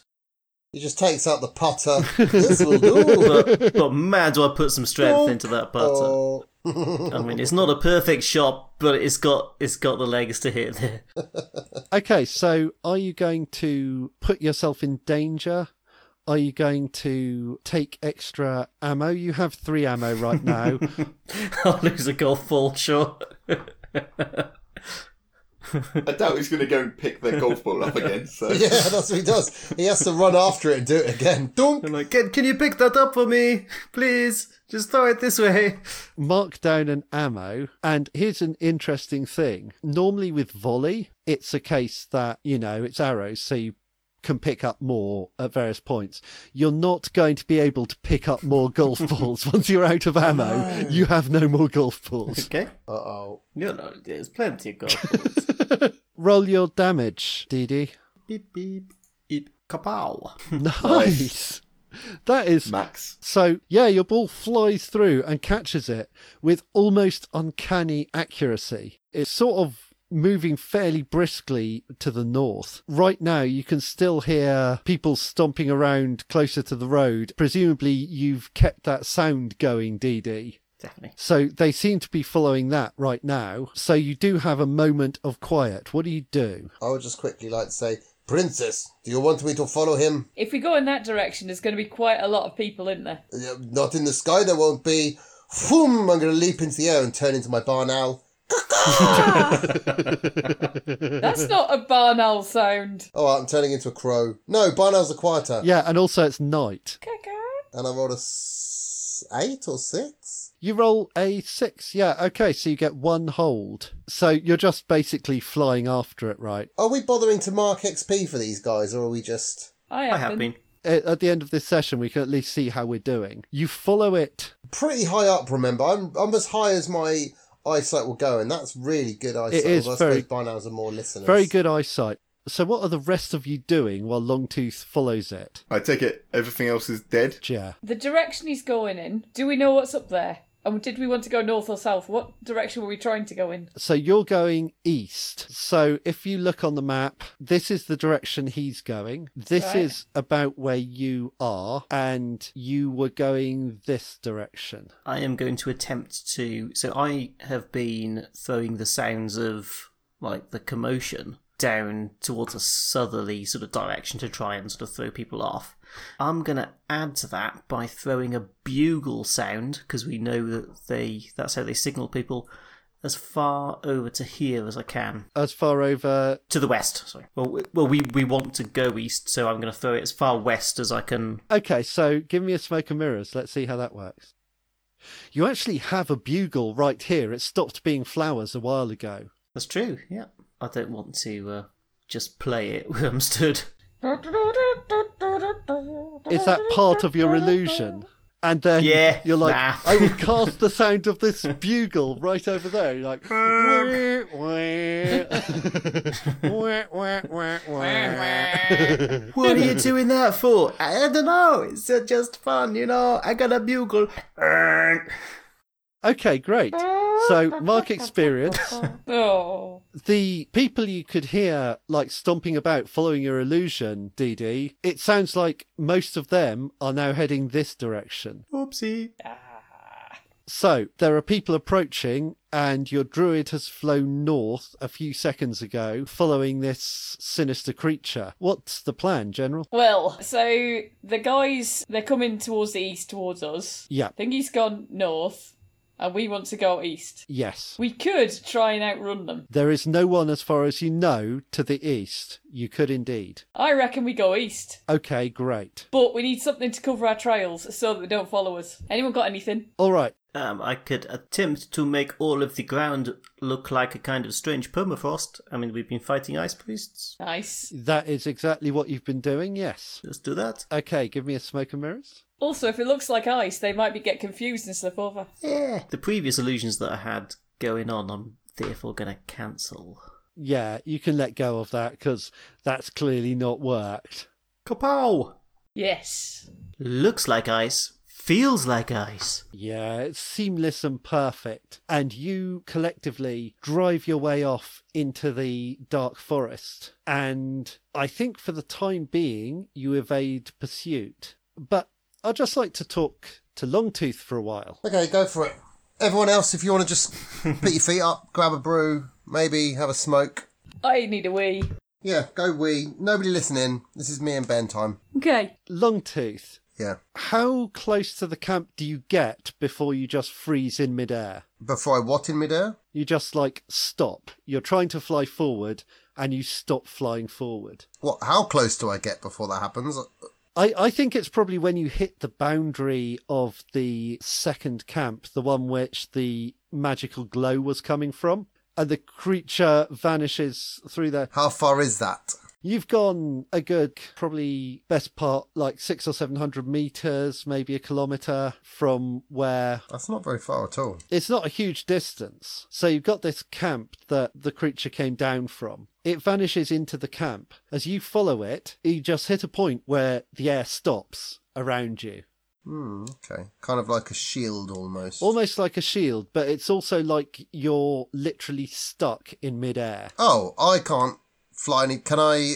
Speaker 2: he just takes out the putter. this will do.
Speaker 5: But, but man, do I put some strength into that putter.
Speaker 2: Oh.
Speaker 5: I mean, it's not a perfect shot, but it's got it's got the legs to hit there.
Speaker 1: Okay, so are you going to put yourself in danger? Are you going to take extra ammo? You have three ammo right now.
Speaker 5: I'll lose a golf ball, sure.
Speaker 8: I doubt he's going to go and pick their golf ball up again. So
Speaker 2: Yeah, that's what he does. He has to run after it and do it again. Dunk.
Speaker 5: I'm like, can, can you pick that up for me, please? Just throw it this way.
Speaker 1: Mark down an ammo. And here's an interesting thing. Normally with volley, it's a case that, you know, it's arrows, so you can pick up more at various points. You're not going to be able to pick up more golf balls. Once you're out of ammo, you have no more golf balls.
Speaker 5: Okay.
Speaker 2: Uh oh.
Speaker 5: No, no, there's plenty of golf balls.
Speaker 1: Roll your damage, Dee Dee.
Speaker 5: beep beep beep kapow.
Speaker 1: Nice. That is
Speaker 8: Max.
Speaker 1: So, yeah, your ball flies through and catches it with almost uncanny accuracy. It's sort of moving fairly briskly to the north. Right now, you can still hear people stomping around closer to the road. Presumably, you've kept that sound going, Dee Dee.
Speaker 5: Definitely.
Speaker 1: So, they seem to be following that right now. So, you do have a moment of quiet. What do you do?
Speaker 2: I would just quickly like to say, Princess, do you want me to follow him?
Speaker 4: If we go in that direction, there's going to be quite a lot of people, isn't there?
Speaker 2: "Uh, Not in the sky, there won't be. Whoom! I'm going to leap into the air and turn into my barn owl.
Speaker 4: That's not a barn owl sound.
Speaker 2: Oh, I'm turning into a crow. No, barn owls are quieter.
Speaker 1: Yeah, and also it's night.
Speaker 4: Caca.
Speaker 2: And I rolled a s- eight or six.
Speaker 1: You roll a six. Yeah, okay, so you get one hold. So you're just basically flying after it, right?
Speaker 2: Are we bothering to mark XP for these guys, or are we just
Speaker 4: I
Speaker 5: I
Speaker 4: have,
Speaker 5: have been.
Speaker 1: A- At the end of this session, we can at least see how we're doing. You follow it.
Speaker 2: pretty high up? Remember, I'm I'm as high as my eyesight will go, and that's really good eyesight.
Speaker 1: is
Speaker 2: although I
Speaker 1: very-
Speaker 2: suppose barn owls are more listeners.
Speaker 1: Very good eyesight. So what are the rest of you doing while Longtooth follows it?
Speaker 8: I take it everything else is dead.
Speaker 1: Yeah.
Speaker 4: The direction he's going in, do we know what's up there? And did we want to go north or south? What direction were we trying to go in?
Speaker 1: So you're going east. So if you look on the map, this is the direction he's going. This
Speaker 4: Right.
Speaker 1: is about where you are, and you were going this direction.
Speaker 5: I am going to attempt to. So I have been throwing the sounds of like the commotion down towards a southerly sort of direction to try and sort of throw people off. I'm gonna add to that by throwing a bugle sound because we know that they that's how they signal people as far over to here as I can
Speaker 1: As far over,
Speaker 5: to the west. Sorry. Well, w- well, we we want to go east, so I'm gonna throw it as far west as I can.
Speaker 1: okay, so give me a smoke and mirrors. Let's see how that works. You actually have a bugle right here. It stopped being flowers a while ago.
Speaker 5: That's true. Yeah. I don't want to uh, just play it where I'm stood.
Speaker 1: Is that part of your illusion? And then
Speaker 5: Yeah,
Speaker 1: you're like,
Speaker 5: nah.
Speaker 1: I will cast the sound of this bugle right over there. You're like, "Wah, wah." Wah, wah, wah, wah.
Speaker 5: What are you doing that for? I don't know. It's uh, just fun, you know. I got a bugle.
Speaker 1: okay, great. So, mark experience.
Speaker 4: Oh.
Speaker 1: the people you could hear like stomping about following your illusion, DD, it sounds like most of them are now heading this direction.
Speaker 5: Oopsie.
Speaker 1: So there are people approaching, and your druid has flown north a few seconds ago, following this sinister creature. What's the plan, General?
Speaker 4: Well, so the guys they're coming towards the east towards us.
Speaker 1: Yeah.
Speaker 4: I think he's gone north and we want to go east.
Speaker 1: Yes.
Speaker 4: We could try and outrun them.
Speaker 1: There is no one, as far as you know, to the east. You could indeed.
Speaker 4: I reckon we go east.
Speaker 1: Okay, great.
Speaker 4: But we need something to cover our trails so that they don't follow us. Anyone got anything?
Speaker 1: All right.
Speaker 5: Um, I could attempt to make all of the ground look like a kind of strange permafrost. I mean, we've been fighting ice priests.
Speaker 4: Nice.
Speaker 1: That is exactly what you've been doing. Yes.
Speaker 5: Let's do that.
Speaker 1: Okay, give me a smoke and mirrors.
Speaker 4: Also, if it looks like ice, they might be get confused and slip over.
Speaker 5: Yeah. The previous illusions that I had going on, I'm therefore going to cancel.
Speaker 1: Yeah, you can let go of that because that's clearly not worked.
Speaker 5: Kapow!
Speaker 4: Yes.
Speaker 5: Looks like ice. Feels like ice.
Speaker 1: Yeah, it's seamless and perfect. And you collectively drive your way off into the dark forest. And I think for the time being, you evade pursuit. But I'd just like to talk to Longtooth for a while.
Speaker 2: Okay, go for it. Everyone else, if you want to just put your feet up, grab a brew, maybe have a smoke.
Speaker 4: I need a wee.
Speaker 2: Yeah, go we. Nobody listening. This is me and Ben time.
Speaker 4: Okay.
Speaker 1: Longtooth,
Speaker 2: Yeah.
Speaker 1: how close to the camp do you get before you just freeze in midair?
Speaker 2: Before I what in midair?
Speaker 1: You just like stop. You're trying to fly forward and you stop flying forward.
Speaker 2: What? How close do I get before that happens?
Speaker 1: I, I think it's probably when you hit the boundary of the second camp, the one which the magical glow was coming from, and the creature vanishes through there.
Speaker 2: How far is that?
Speaker 1: You've gone a good, probably best part, like six or seven hundred meters, maybe a kilometer from where
Speaker 2: That's not very far at all.
Speaker 1: it's not a huge distance. So you've got this camp that the creature came down from. It vanishes into the camp. As you follow it, you just hit a point where the air stops around you.
Speaker 2: Hmm. Okay. Kind of like a shield almost.
Speaker 1: Almost like a shield, but it's also like you're literally stuck in midair.
Speaker 2: Oh, I can't fly any. Can I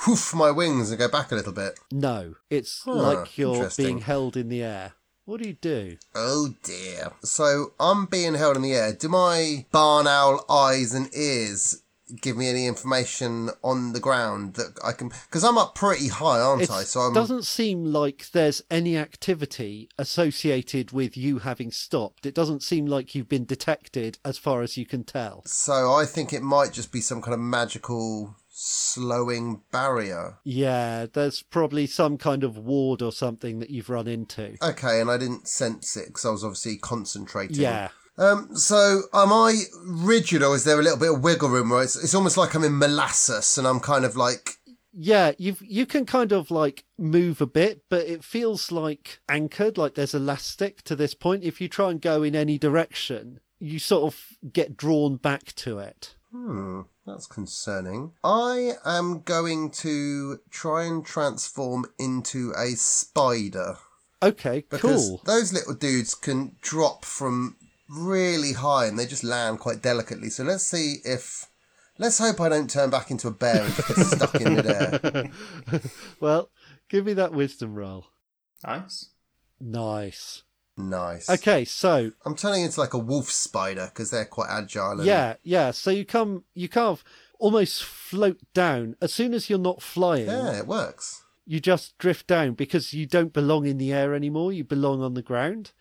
Speaker 2: hoof my wings and go back a little bit?
Speaker 1: No, it's
Speaker 2: Huh,
Speaker 1: like you're
Speaker 2: interesting.
Speaker 1: being held in the air. What do you do?
Speaker 2: Oh dear. So I'm being held in the air. Do my barn owl eyes and ears give me any information on the ground that I can? Because I'm up pretty high, aren't
Speaker 1: It
Speaker 2: I? So I'm.
Speaker 1: doesn't seem like there's any activity associated with you having stopped. It doesn't seem like you've been detected as far as you can tell.
Speaker 2: So I think it might just be some kind of magical slowing barrier.
Speaker 1: Yeah, there's probably some kind of ward or something that you've run
Speaker 2: Oh,
Speaker 1: into.
Speaker 2: Okay, and I didn't sense it because I was obviously concentrating.
Speaker 1: Yeah.
Speaker 2: Um, so am I rigid or is there a little bit of wiggle room where it's, it's almost like I'm in molasses and I'm kind of like,
Speaker 1: Yeah, you've you can kind of like move a bit, but it feels like anchored, like there's elastic to this point. If you try and go in any direction, you sort of get drawn back to it.
Speaker 2: hmm, that's concerning. I am going to try and transform into a spider.
Speaker 1: Okay,
Speaker 2: Because
Speaker 1: cool.
Speaker 2: those little dudes can drop from really high and they just land quite delicately. So let's see if. Let's hope I don't turn back into a bear and just get stuck in midair.
Speaker 1: Well, give me that wisdom roll.
Speaker 5: Nice.
Speaker 1: Nice.
Speaker 2: Nice.
Speaker 1: Okay, so
Speaker 2: I'm turning into like a wolf spider because they're quite agile. And
Speaker 1: Yeah, yeah. So you come, you kind of almost float down. As soon as you're not flying,
Speaker 2: Yeah, it works.
Speaker 1: you just drift down because you don't belong in the air anymore. You belong on the ground.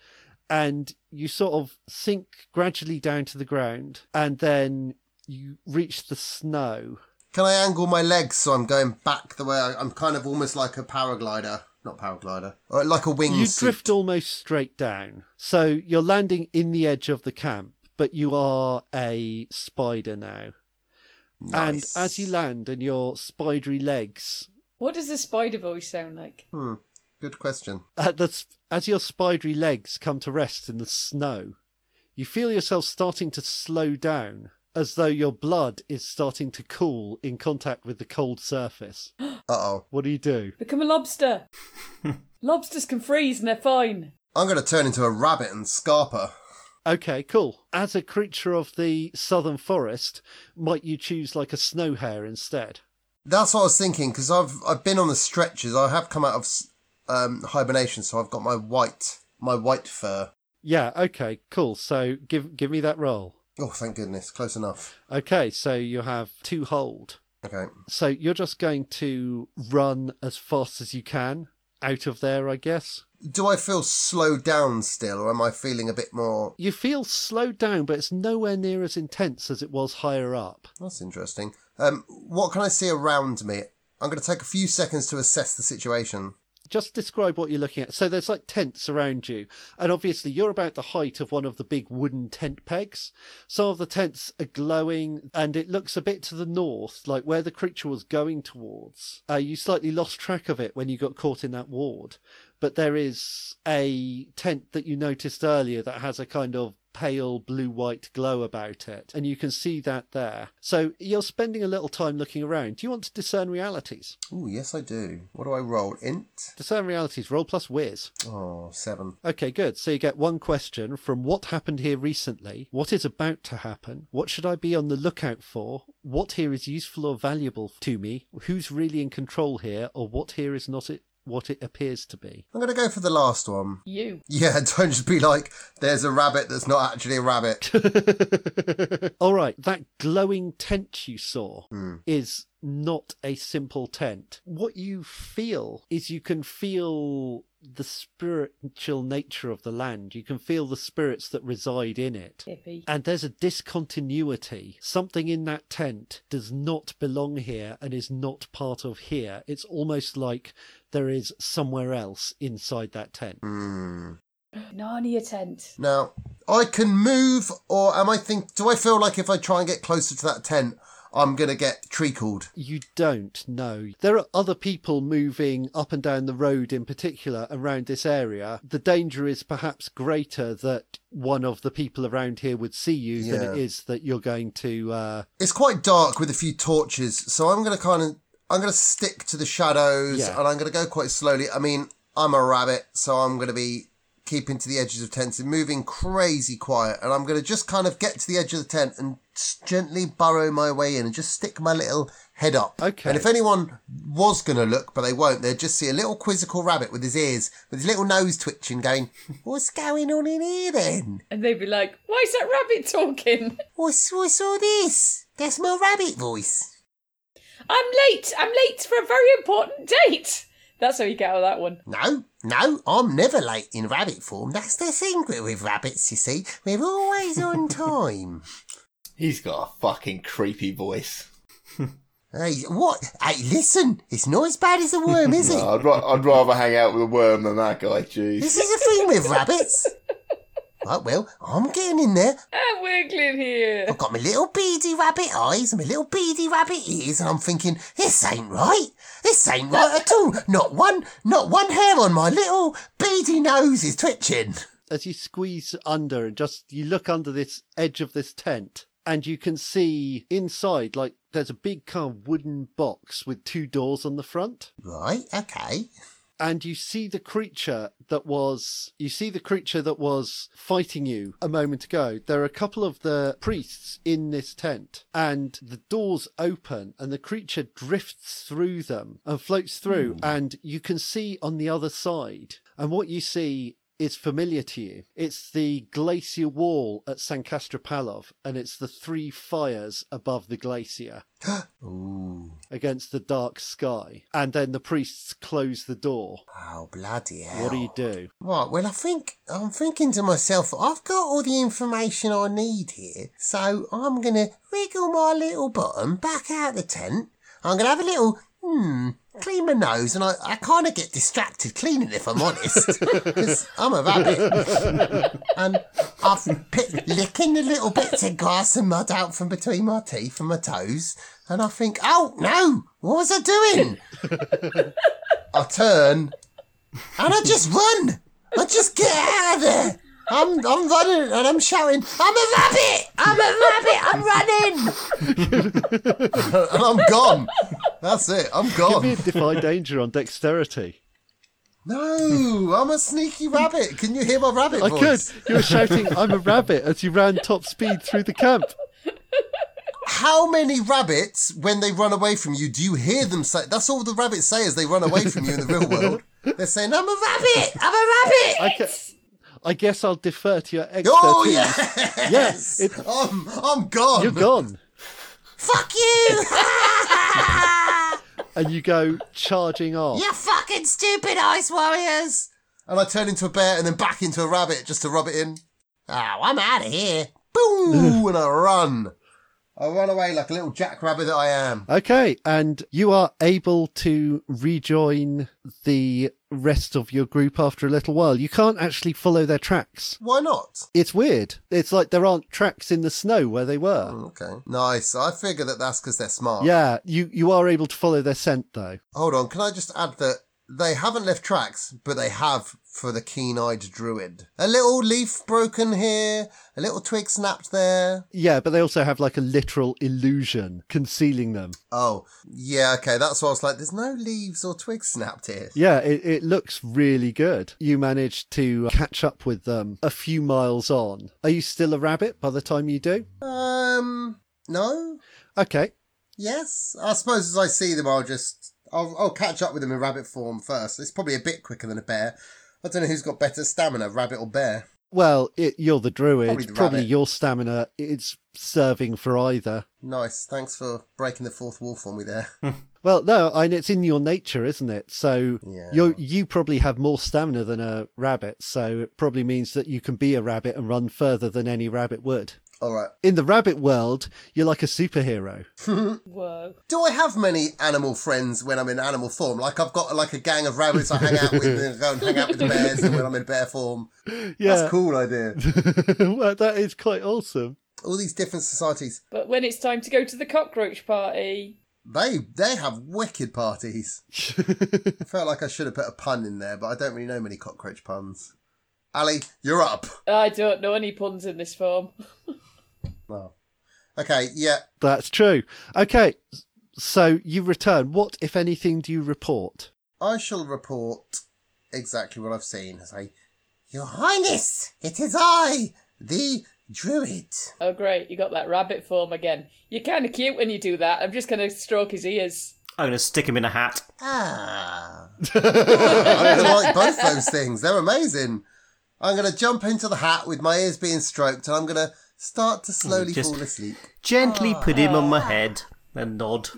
Speaker 1: And you sort of sink gradually down to the ground and then you reach the snow.
Speaker 2: Can I angle my legs so I'm going back the way I, I'm kind of almost like a paraglider? Not paraglider, or like a wingsuit.
Speaker 1: You drift almost straight down. So you're landing in the edge of the camp, but you are a spider now.
Speaker 2: Nice.
Speaker 1: And as you land and your spidery legs
Speaker 4: What does the spider voice sound like?
Speaker 2: Hmm. Good question.
Speaker 1: at the, s- as your spidery legs come to rest in the snow, you feel yourself starting to slow down as though your blood is starting to cool in contact with the cold surface.
Speaker 2: Uh oh.
Speaker 1: What do you do?
Speaker 4: Become a lobster. Lobsters can freeze and they're fine.
Speaker 2: I'm going to turn into a rabbit and Scarper.
Speaker 1: Okay, cool. As a creature of the southern forest, might you choose like a snow hare instead?
Speaker 2: That's what I was thinking because I've I've been on the stretches. I have come out of s- um, hibernation, so I've got my white my white fur.
Speaker 1: Yeah, okay, cool. So give give me that roll.
Speaker 2: Oh, thank goodness, close enough.
Speaker 1: Okay, so you have two hold.
Speaker 2: Okay,
Speaker 1: So you're just going to run as fast as you can out of there, I guess.
Speaker 2: do I feel slowed down still, or am I feeling a bit more?
Speaker 1: You feel slowed down, but it's nowhere near as intense as it was higher up.
Speaker 2: That's interesting. Um, what can I see around me? I'm going to take a few seconds to assess the situation.
Speaker 1: Just describe what you're looking at. So there's like tents around you, and obviously you're about the height of one of the big wooden tent pegs. Some of the tents are glowing, and it looks a bit to the north, like where the creature was going towards. Uh, you slightly lost track of it when you got caught in that ward, but there is a tent that you noticed earlier that has a kind of pale blue white glow about it, and you can see that there. So you're spending a little time looking around. Do you want to discern realities?
Speaker 2: Oh, yes, I do. What do I roll? Int.
Speaker 1: Discern realities, roll plus whiz.
Speaker 2: Oh, seven.
Speaker 1: Okay, good. So you get one question from what happened here recently, what is about to happen, what should I be on the lookout for, what here is useful or valuable to me, who's really in control here, or what here is not it, what it appears to be.
Speaker 2: I'm going to go for the last one.
Speaker 4: You.
Speaker 2: Yeah, don't just be like, there's a rabbit that's not actually a rabbit.
Speaker 1: All right, that glowing tent you saw is not a simple tent. What you feel is you can feel the spiritual nature of the land, you can feel the spirits that reside in it.
Speaker 4: Hippie.
Speaker 1: And there's a discontinuity. Something in that tent does not belong here and is not part of here. It's almost like there is somewhere else inside that tent.
Speaker 4: Narnia tent.
Speaker 2: Now, I can move, or am I think? Do I feel like if I try and get closer to that tent, I'm gonna get treacled?
Speaker 1: You don't know. There are other people moving up and down the road in particular around this area. The danger is perhaps greater that one of the people around here would see you than it
Speaker 2: Yeah.
Speaker 1: is that you're going to uh
Speaker 2: It's quite dark with a few torches, so I'm gonna kind of, I'm gonna stick to the shadows,
Speaker 1: Yeah.
Speaker 2: and I'm gonna go quite slowly. I mean, I'm a rabbit, so I'm gonna be keeping to the edges of tents and moving crazy quiet, and I'm gonna just kind of get to the edge of the tent and s- gently burrow my way in and just stick my little head up.
Speaker 1: Okay.
Speaker 2: And if anyone was gonna look, but they won't, they'd just see a little quizzical rabbit with his ears, with his little nose twitching, going, "What's going on in here then?
Speaker 4: And they'd be like, why is that rabbit talking?
Speaker 2: What's what's all this? That's my rabbit voice."
Speaker 4: I'm late. I'm late for a very important date. That's how you get out of that one.
Speaker 2: No, no, I'm never late in rabbit form. That's the thing with rabbits, you see. We're always on time.
Speaker 8: He's got a fucking creepy voice.
Speaker 2: hey, what? Hey, listen, it's not as bad as a worm, is
Speaker 8: No,
Speaker 2: it?
Speaker 8: I'd, ra- would rather hang out with a worm than that guy. Jeez.
Speaker 2: this is the thing with rabbits. Right, well, I'm getting in there.
Speaker 4: I'm wiggling here.
Speaker 2: I've got my little beady rabbit eyes and my little beady rabbit ears, and I'm thinking, this ain't right. This ain't right at all. Not one, not one hair on my little beady nose is twitching.
Speaker 1: as you squeeze under and just you look under this edge of this tent and you can see inside like there's a big kind of wooden box with two doors on the front
Speaker 2: Right, okay.
Speaker 1: and you see the creature that was you see the creature that was fighting you a moment ago there are a couple of the priests in this tent and the doors open and the creature drifts through them and floats through and you can see on the other side and what you see is familiar to you. It's the glacier wall at Sankastropalov, and it's the three fires above the glacier against the dark sky. And then the priests close the door.
Speaker 3: Oh, bloody hell.
Speaker 1: What do you do?
Speaker 3: Right, well, I think I'm thinking to myself, I've got all the information I need here, so I'm gonna wriggle my little bottom back out the tent. I'm gonna have a little, hmm, clean my nose, and I, I kind of get distracted cleaning if I'm honest, 'cause I'm a rabbit. and Um, I've picked, licking the little bits of grass and mud out from between my teeth and my toes, and I think, oh no, what was I doing?
Speaker 2: I turn.
Speaker 3: And I just run. I just get out of there. I'm, I'm running and I'm shouting, I'm a rabbit! I'm a rabbit! I'm running!
Speaker 2: and I'm gone. That's it. I'm
Speaker 1: Give me a
Speaker 2: gone.
Speaker 1: defy danger on dexterity.
Speaker 2: No, I'm a sneaky rabbit. Can you hear my rabbit
Speaker 1: I could.
Speaker 2: voice?
Speaker 1: You were shouting, "I'm a rabbit!" as you ran top speed through the camp.
Speaker 2: How many rabbits, when they run away from you, do you hear them say? That's all the rabbits say as they run away from you in the real world. They're saying, "I'm a rabbit. I'm a rabbit."
Speaker 1: I, ca- I guess I'll defer to your expertise.
Speaker 2: Oh yeah,
Speaker 1: Yes, it-
Speaker 2: I'm, I'm gone.
Speaker 1: you're gone,
Speaker 3: Fuck you!
Speaker 1: and you go charging off.
Speaker 3: you fucking stupid ice warriors!
Speaker 2: And I turn into a bear and then back into a rabbit just to rub it in. Ah,
Speaker 3: Oh, I'm out of here.
Speaker 2: Boom! and I run. I run away like a little jackrabbit that I am.
Speaker 1: Okay, and you are able to rejoin the rest of your group after a little while. You can't actually follow their tracks.
Speaker 2: Why not?
Speaker 1: It's weird. It's like there aren't tracks in the snow where they were.
Speaker 2: Okay. Nice. I figure that that's because they're smart.
Speaker 1: Yeah, you, you are able to follow their scent though.
Speaker 2: Hold on. Can I just add that they haven't left tracks, but they have for the keen-eyed druid. A little leaf broken here, a little twig snapped there.
Speaker 1: Yeah, but they also have like a literal illusion concealing them.
Speaker 2: Oh, yeah. Okay. That's why I was like, there's no leaves or twigs snapped here.
Speaker 1: Yeah, it, it looks really good. You manage to catch up with them a few miles on. Are you still a rabbit by the time you do?
Speaker 2: Um. No.
Speaker 1: Okay.
Speaker 2: Yes, I suppose as I see them, I'll just I'll, I'll catch up with them in rabbit form first. It's probably a bit quicker than a bear. I don't know who's got better stamina, rabbit or bear.
Speaker 1: Well, it, you're the druid.
Speaker 2: Probably
Speaker 1: Probably,
Speaker 2: the rabbit.
Speaker 1: your stamina is serving for either.
Speaker 2: Nice, thanks for breaking the fourth wall for me there.
Speaker 1: Well, no, and it's in your nature, isn't it? So
Speaker 2: Yeah.
Speaker 1: you you probably have more stamina than a rabbit, so it probably means that you can be a rabbit and run further than any rabbit would.
Speaker 2: All right.
Speaker 1: In the rabbit world, you're like a superhero.
Speaker 4: Whoa.
Speaker 2: Do I have many animal friends when I'm in animal form? Like I've got like a gang of rabbits I hang out with, and I go and hang out with the bears, and when I'm in bear form, that's a
Speaker 1: Yeah,
Speaker 2: cool idea.
Speaker 1: well, that is quite awesome.
Speaker 2: All these different societies,
Speaker 4: But when it's time to go to the cockroach party,
Speaker 2: they they have wicked parties. I felt like I should have put a pun in there, but I don't really know many cockroach puns. Ali, you're up.
Speaker 4: I don't know any puns in this form.
Speaker 2: Wow. Okay, yeah.
Speaker 1: That's true. Okay, s- so you return. What, if anything, do you report?
Speaker 2: I shall report exactly what I've seen. As I,
Speaker 3: Your Highness, it is I, the druid.
Speaker 4: Oh, great, you got that rabbit form again. You're kind of cute when you do that. I'm just going to stroke his ears.
Speaker 5: I'm going to stick him in a hat.
Speaker 3: Ah.
Speaker 2: I really like both those things. They're amazing. I'm going to jump into the hat with my ears being stroked, and I'm going to start to slowly
Speaker 5: Just-
Speaker 2: fall asleep.
Speaker 5: Gently put him on my head and nod.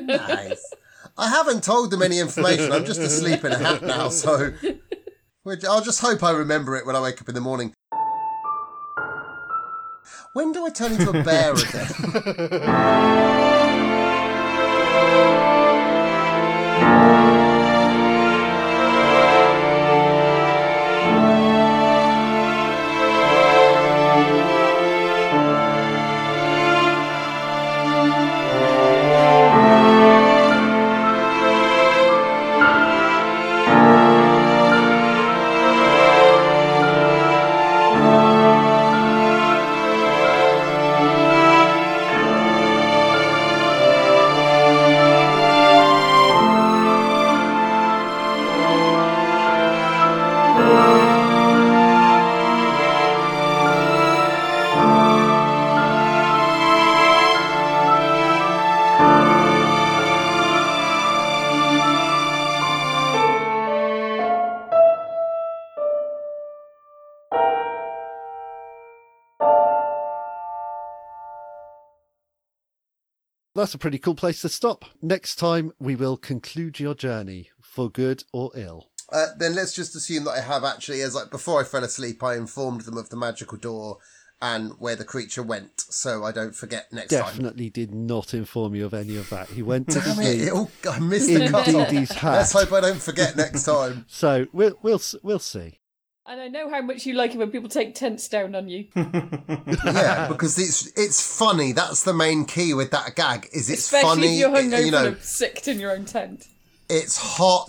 Speaker 3: Nice.
Speaker 2: I haven't told them any information. I'm just asleep in a hat now, so. Which I'll just hope I remember it when I wake up in the morning. When do I turn into a bear again?
Speaker 1: That's a pretty cool place to stop. Next time, we will conclude your journey for good or ill.
Speaker 2: Uh, then let's just assume that I have actually, as like before I fell asleep, I informed them of the magical door and where the creature went, so I don't forget next time.
Speaker 1: Definitely did not inform you of any of that. He went to
Speaker 2: Damn it,
Speaker 1: sleep
Speaker 2: it all- I missed the
Speaker 1: in
Speaker 2: cut off.
Speaker 1: Dee Dee's hat.
Speaker 2: Let's hope I don't forget next time.
Speaker 1: So we'll we'll s- we'll see.
Speaker 4: And I know how much you like it when people take tents down on you.
Speaker 2: yeah, because it's it's funny. That's the main key with that gag. Is it's
Speaker 4: Especially
Speaker 2: funny?
Speaker 4: if you're
Speaker 2: it-
Speaker 4: hungover
Speaker 2: you know,
Speaker 4: and sick in your own tent.
Speaker 2: it's hot,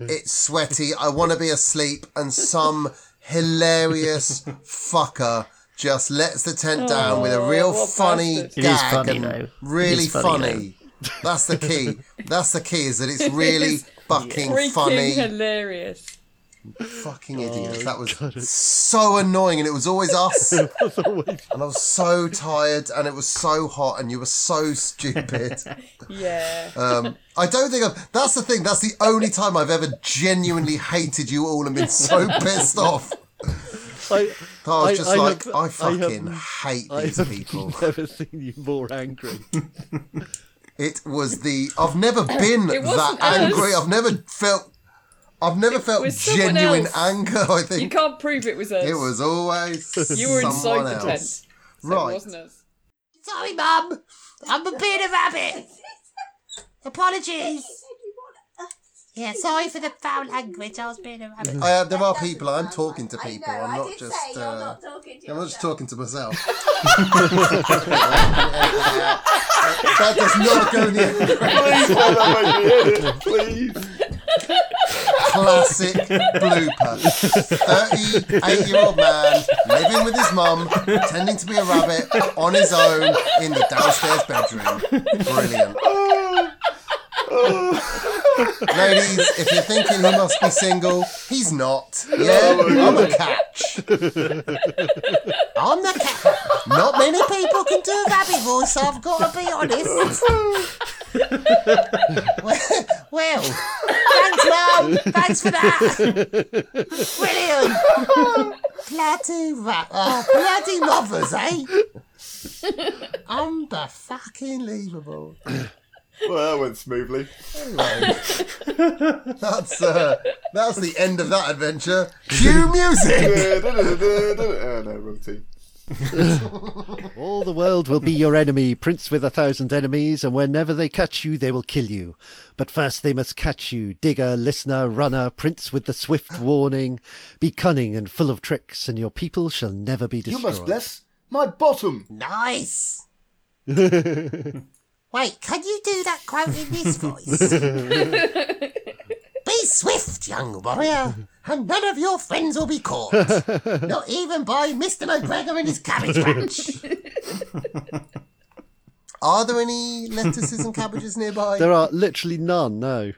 Speaker 2: it's sweaty. I want to be asleep, and some hilarious fucker just lets the tent down with a real
Speaker 4: Oh, what
Speaker 2: funny
Speaker 4: bastard.
Speaker 5: It is
Speaker 2: gag.
Speaker 5: funny,
Speaker 2: and
Speaker 5: though. It is
Speaker 2: Really funny.
Speaker 5: funny,
Speaker 2: That's the key. That's the key. Is that it's really
Speaker 4: is
Speaker 2: fucking
Speaker 4: Freaking
Speaker 2: funny.
Speaker 4: hilarious.
Speaker 2: fucking idiot.
Speaker 5: Oh,
Speaker 2: That was so annoying, and it was always us. and I was so tired, and it was so hot, and you were so stupid.
Speaker 4: Yeah.
Speaker 2: Um, I don't think I've. That's the thing. That's the only time I've ever genuinely hated you all and been so pissed off.
Speaker 1: I,
Speaker 2: I was
Speaker 1: I-
Speaker 2: just
Speaker 1: I
Speaker 2: like,
Speaker 1: have-
Speaker 2: I
Speaker 1: I have-
Speaker 2: fucking hate
Speaker 1: I
Speaker 2: these
Speaker 1: have
Speaker 2: people.
Speaker 1: never seen you more angry.
Speaker 2: It was the. I've never been that
Speaker 4: It wasn't us.
Speaker 2: angry. I've never felt. I've never felt
Speaker 4: was someone
Speaker 2: genuine
Speaker 4: else.
Speaker 2: anger. I
Speaker 4: you
Speaker 2: think
Speaker 4: can't prove it was us.
Speaker 2: it was always
Speaker 4: You were inside
Speaker 2: someone
Speaker 4: the tent.
Speaker 2: else.
Speaker 4: So
Speaker 2: Right.
Speaker 4: It wasn't us.
Speaker 3: Sorry, Mum. I'm a bit of rabbit. Apologies. Yeah, sorry for the foul language. I was being a rabbit.
Speaker 2: I am, there are people. I'm talking to people.
Speaker 9: I know,
Speaker 2: I'm
Speaker 9: I
Speaker 2: not
Speaker 9: did
Speaker 2: just.
Speaker 9: say
Speaker 2: uh,
Speaker 9: you're not talking to
Speaker 2: I'm not just
Speaker 9: yourself.
Speaker 2: talking to myself. that does not go in the
Speaker 8: Please, have that make me edit, please.
Speaker 2: classic blooper. 38 year old man living with his mum, pretending to be a rabbit on his own in the downstairs bedroom. Brilliant. Ladies, if you're thinking he must be single, he's not. Yeah, I'm a catch.
Speaker 3: I'm the cat.
Speaker 2: Not many
Speaker 3: People can do rabbit voice, I've got to be honest. well, thanks, Mum. Thanks for that. Brilliant. bloody ra- oh, bloody mothers, eh? Unfucking leavable.
Speaker 8: Well, that went smoothly.
Speaker 2: That's uh, that's the end of that adventure. Cue music.
Speaker 8: oh, Uh, no, wrong team.
Speaker 1: All the world will be your enemy, prince with a thousand enemies, and whenever they catch you, they will kill you. But first they must catch you, digger, listener, runner, prince with the swift warning. Be cunning and full of tricks, and your people shall never be
Speaker 8: You
Speaker 1: destroyed.
Speaker 8: must bless my bottom.
Speaker 3: Nice. Wait, can you do that quote in this voice? be swift, young warrior, and none of your friends will be caught. Not even by Mr. McGregor and his cabbage patch.
Speaker 2: Are there any lettuces and cabbages nearby?
Speaker 1: There are literally none, no.